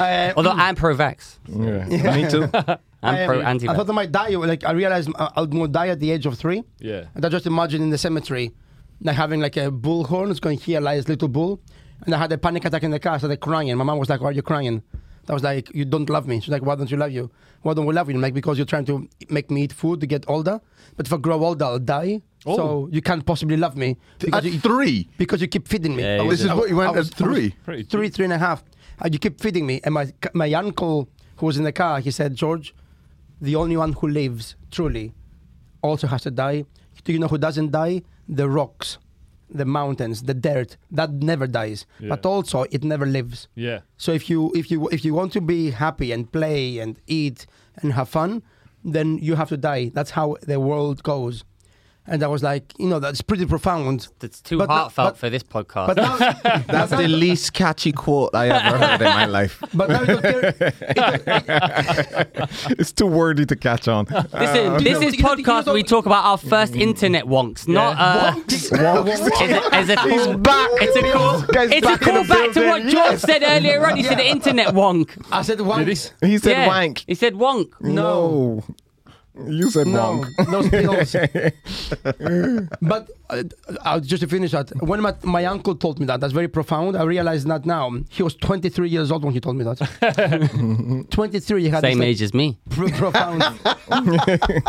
Speaker 2: I,
Speaker 1: Although I'm pro-vax.
Speaker 4: yeah. Me too.
Speaker 1: I'm
Speaker 2: I, Uh, um, I
Speaker 1: pro-anti-vax.
Speaker 2: thought I might die. Like I realized I- I'll I'll die at the age of three.
Speaker 3: Yeah.
Speaker 2: And I just imagined in the cemetery, like having like a bull horn. It's going here lies little bull, and I had a panic attack in the car. I started crying. My mom was like, "Why are you crying?" I was like, "You don't love me." She's like, "Why don't you love you? Why don't we love you?" I'm like because you're trying to make me eat food to get older. But if I grow older, I'll die. So you can't possibly love me because
Speaker 5: At
Speaker 2: you,
Speaker 5: three.
Speaker 2: because you keep feeding me.
Speaker 1: Yeah,
Speaker 2: I
Speaker 1: yeah,
Speaker 5: This
Speaker 2: was-
Speaker 5: is
Speaker 2: I-
Speaker 5: what you
Speaker 2: I
Speaker 5: went at
Speaker 2: was- I was-
Speaker 5: three.
Speaker 3: Pretty cheap.
Speaker 2: three, three and a half. And you keep feeding me. And my my uncle who was in the car, he said, George, the only one who lives truly also has to die. Do you know who doesn't die? The rocks, the mountains, the dirt. That never dies.
Speaker 3: Yeah.
Speaker 2: But also it never lives.
Speaker 3: Yeah.
Speaker 2: So if you if you if you want to be happy and play and eat and have fun, then you have to die. That's how the world goes. And I was like, you know, that's pretty profound.
Speaker 1: It's too
Speaker 2: But no-
Speaker 1: heartfelt
Speaker 2: but-
Speaker 1: for this podcast.
Speaker 2: But uh, now,
Speaker 4: That's the least catchy quote I ever heard in my life.
Speaker 2: but now you don't care.
Speaker 4: It's too wordy to catch on.
Speaker 1: Listen, this is
Speaker 2: you know- you know-
Speaker 1: podcast where we talk about our first
Speaker 4: Mm.
Speaker 1: internet wonks, not uh, As a, as a call,
Speaker 4: back.
Speaker 1: It's a call,
Speaker 4: Guy's
Speaker 1: it's
Speaker 4: back
Speaker 1: a
Speaker 4: in
Speaker 1: call
Speaker 4: the
Speaker 1: back to
Speaker 4: building,
Speaker 1: what George said earlier on. He said the internet wonk.
Speaker 2: I said one.
Speaker 4: He said
Speaker 1: Yeah,
Speaker 4: wank.
Speaker 1: He said wonk.
Speaker 4: No. You said
Speaker 2: No,
Speaker 4: wrong.
Speaker 2: those pills. but uh, uh, just to finish that, when my, my uncle told me that, that's very profound. I realize that now. He was 23 years old when he told me that. 23, he had
Speaker 1: Same
Speaker 2: this, like,
Speaker 1: age as me.
Speaker 2: pro- profound.
Speaker 1: I'm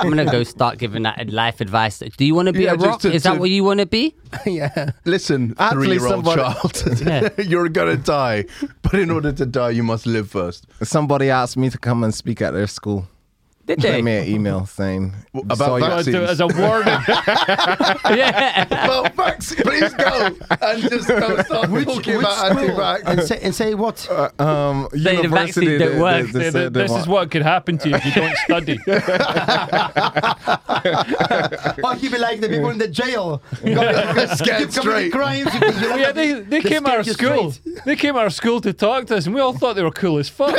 Speaker 1: gonna go start giving that life advice. Do you want to be
Speaker 5: Yeah,
Speaker 1: a
Speaker 5: just
Speaker 1: rock?
Speaker 5: to-
Speaker 1: Is that
Speaker 5: to-
Speaker 1: what you want to be?
Speaker 2: yeah.
Speaker 5: Listen,
Speaker 4: Actually,
Speaker 5: three-year-old
Speaker 4: somebody-
Speaker 5: child,
Speaker 1: Yeah.
Speaker 5: you're gonna die. But in order to die, you must live first.
Speaker 4: Somebody asked me to come and speak at their school.
Speaker 1: Did
Speaker 4: Sent me
Speaker 1: they?
Speaker 4: an email saying
Speaker 5: About
Speaker 4: saw you-
Speaker 3: Gotta
Speaker 5: vaccine.
Speaker 3: do it as a warning.
Speaker 1: yeah.
Speaker 5: Well, Max, please go and just don't start talking about anti-vax.
Speaker 2: and say and say what?
Speaker 4: um,
Speaker 1: the
Speaker 4: university.
Speaker 1: vaccine don't work.
Speaker 3: Th- th-
Speaker 4: said they
Speaker 3: this is
Speaker 4: want-
Speaker 3: what could happen to you if you don't study.
Speaker 2: or Oh, he'd be like the people in the jail.
Speaker 5: Scared straight.
Speaker 2: Crimes.
Speaker 3: Oh, yeah, they, they came out of school. They came out of school to talk to us, and we all thought they were cool as fuck.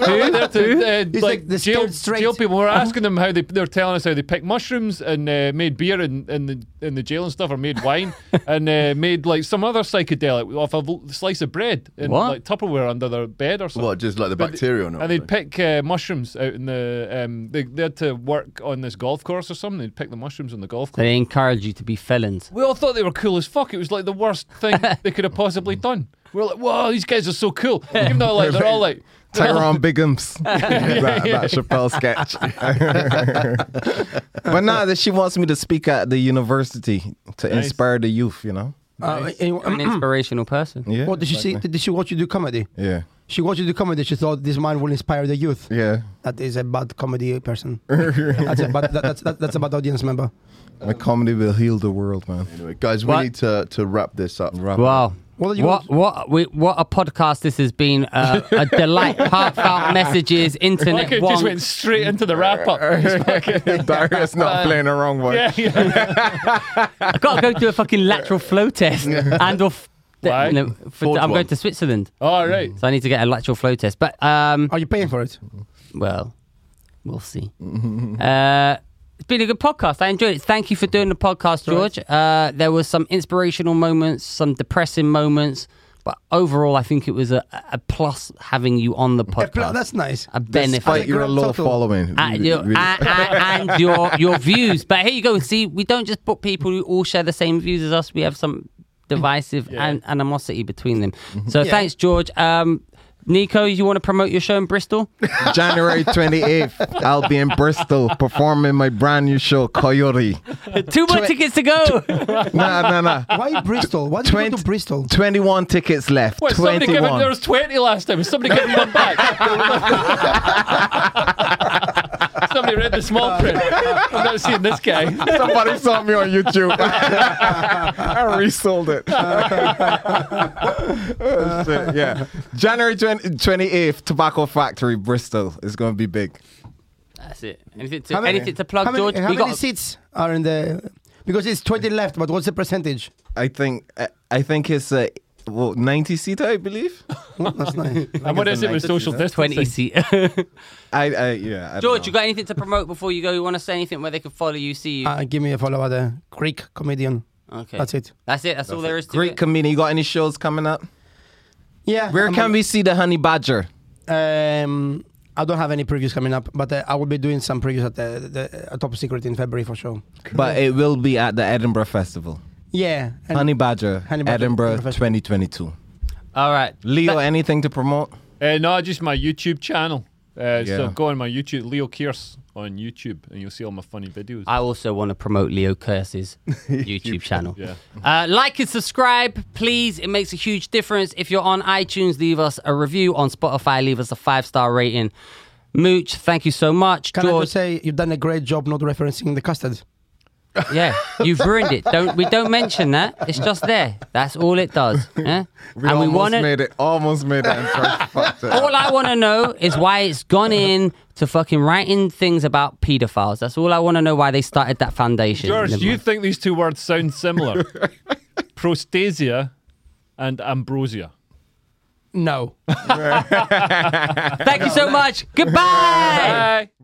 Speaker 3: They were there to, uh,
Speaker 2: He's like
Speaker 3: like
Speaker 2: the
Speaker 3: jail,
Speaker 2: scared straight. Uh-huh.
Speaker 3: jail people. We were asking them how they they were telling us how they picked mushrooms and uh, made beer in, in the in the jail and stuff, or made wine and uh, made like some other psychedelic off a l- slice of bread and
Speaker 1: What?
Speaker 3: like Tupperware under their bed or something.
Speaker 5: What, just like the bacteria or not?
Speaker 3: And they'd pick uh, mushrooms out in the. Um, they, they had to work on this golf course or something. They'd pick the mushrooms on the golf course.
Speaker 1: They encourage you to be felons.
Speaker 3: We all thought they were cool as fuck. It was like the worst thing they could have possibly done. We were like, "Whoa, these guys are so cool!" Even though like they're all like,
Speaker 4: Tyrone Biggums. that, that Chappelle sketch. but nah, that she wants me to speak at the university to
Speaker 3: Nice.
Speaker 4: inspire the youth, you know?
Speaker 2: Uh, and-
Speaker 1: I'm an inspirational person.
Speaker 4: Yeah.
Speaker 2: what did she see? Did she watch you do comedy?
Speaker 4: Yeah.
Speaker 2: She watched you do comedy. She thought this man will inspire the youth.
Speaker 4: Yeah.
Speaker 2: That is a bad comedy person. that's a bad. That, that's that, that's a bad audience member.
Speaker 4: My comedy will heal the world, man.
Speaker 5: Anyway, guys, we
Speaker 1: What?
Speaker 5: need to, to wrap this up.
Speaker 4: Wrap it up.
Speaker 1: Wow.
Speaker 2: What
Speaker 1: What
Speaker 2: are you
Speaker 1: what, what we- what a podcast this has been uh, a delight heartfelt messages internet
Speaker 3: "Fuck it!" Just
Speaker 1: wonk.
Speaker 3: went straight into the wrap up. Just fucking-
Speaker 4: Darius not playing the wrong one.
Speaker 3: yeah, yeah.
Speaker 1: I gotta go do a fucking lateral flow test and off
Speaker 3: Why?
Speaker 1: no, for-
Speaker 5: Fourth
Speaker 1: I'm
Speaker 5: one.
Speaker 1: going to Switzerland
Speaker 3: All right.
Speaker 1: so I need to get a lateral flow test but um
Speaker 2: Are you paying for it?
Speaker 1: well we'll see uh it's been a good podcast. I enjoyed it. Thank you for doing the podcast, George. Uh, there was some inspirational moments, some depressing moments, but overall, I think it was a, a plus having you on the podcast.
Speaker 2: Pl- That's nice.
Speaker 1: a benefit.
Speaker 4: Despite your
Speaker 2: Grand
Speaker 4: low
Speaker 2: total.
Speaker 4: following.
Speaker 1: at
Speaker 4: we-
Speaker 1: your,
Speaker 4: we-
Speaker 1: and- and- and your your views. But here you go. See, we don't just book people who all share the same views as us. We have some divisive an- animosity between them. So
Speaker 2: Yeah.
Speaker 1: thanks, George. Um, Nico, you want to promote your show in Bristol?
Speaker 4: January 28th, I'll be in Bristol performing my brand new show, Coyote.
Speaker 1: Two more tickets to go.
Speaker 4: Nah, nah, nah.
Speaker 2: Why Bristol? Why did you go to
Speaker 4: Twenty-
Speaker 2: Bristol?
Speaker 4: 21 tickets left.
Speaker 3: What, somebody gave him,
Speaker 4: 21.
Speaker 3: there was twenty last time. Somebody gave him one back. somebody read the small print. I'm not seeing this guy.
Speaker 4: Somebody saw me on YouTube. I resold it. Oh, shit, yeah. January 20, 28th, Tobacco Factory, Bristol. It's going to be big.
Speaker 1: That's it. Anything to,
Speaker 2: How many-
Speaker 1: anything to plug,
Speaker 2: how many,
Speaker 1: George?
Speaker 2: How
Speaker 1: we
Speaker 2: many
Speaker 1: got
Speaker 2: seats are in the? Because it's 20 left, but what's the percentage?
Speaker 4: I think I, I think it's a well, 90 seater, I believe.
Speaker 2: Well, that's nice.
Speaker 3: And what is it with social distancing?
Speaker 1: twenty seat.
Speaker 4: I, I yeah. I
Speaker 1: George,
Speaker 4: don't know.
Speaker 1: you got anything to promote before you go? You want to say anything where they can follow you, see you?
Speaker 2: Uh, give me a follow about the Greek comedian.
Speaker 1: okay,
Speaker 2: That's it.
Speaker 1: That's it. That's, all there is to
Speaker 4: Great
Speaker 1: it.
Speaker 4: comedian. You got any shows coming up?
Speaker 2: Yeah.
Speaker 4: Where
Speaker 2: I'm
Speaker 4: can
Speaker 2: on-
Speaker 4: we see the Honey Badger?
Speaker 2: Um, I don't have any previews coming up, but uh, I will be doing some previews at the, the uh, Top Secret in February for sure.
Speaker 4: But it will be at the Edinburgh Festival.
Speaker 2: Yeah. and-
Speaker 4: Honey Badger,
Speaker 2: Honey Badger,
Speaker 4: Edinburgh
Speaker 2: Edinburgh Festival.
Speaker 4: 2022.
Speaker 1: All right,
Speaker 4: Leo, anything to promote?
Speaker 3: Uh, no, just my YouTube channel. Uh,
Speaker 4: Yeah.
Speaker 3: So go on my YouTube, Leo Kearse on YouTube, and you'll see all my funny videos.
Speaker 1: I also want to promote Leo Curse's YouTube channel.
Speaker 3: yeah.
Speaker 1: Uh, like and subscribe, please. It makes a huge difference. If you're on iTunes, leave us a review. On Spotify, leave us a five star rating. Mooch, thank you so much.
Speaker 2: Can I
Speaker 1: George,
Speaker 2: just say you've done a great job not referencing the custard?
Speaker 1: yeah, you've ruined it. Don't we don't mention that. It's just there. That's all it does. Yeah? and we want to.
Speaker 4: it. Almost made it. And George fucked it up.
Speaker 1: All I want to know is why it's gone in to fucking writing things about paedophiles. That's all I want to know. Why they started that foundation?
Speaker 3: George,
Speaker 1: Never
Speaker 3: do you
Speaker 1: mind.
Speaker 3: think these two words sound similar? Prostasia and ambrosia.
Speaker 2: No.
Speaker 1: Thank you so much. Goodbye.
Speaker 3: Bye.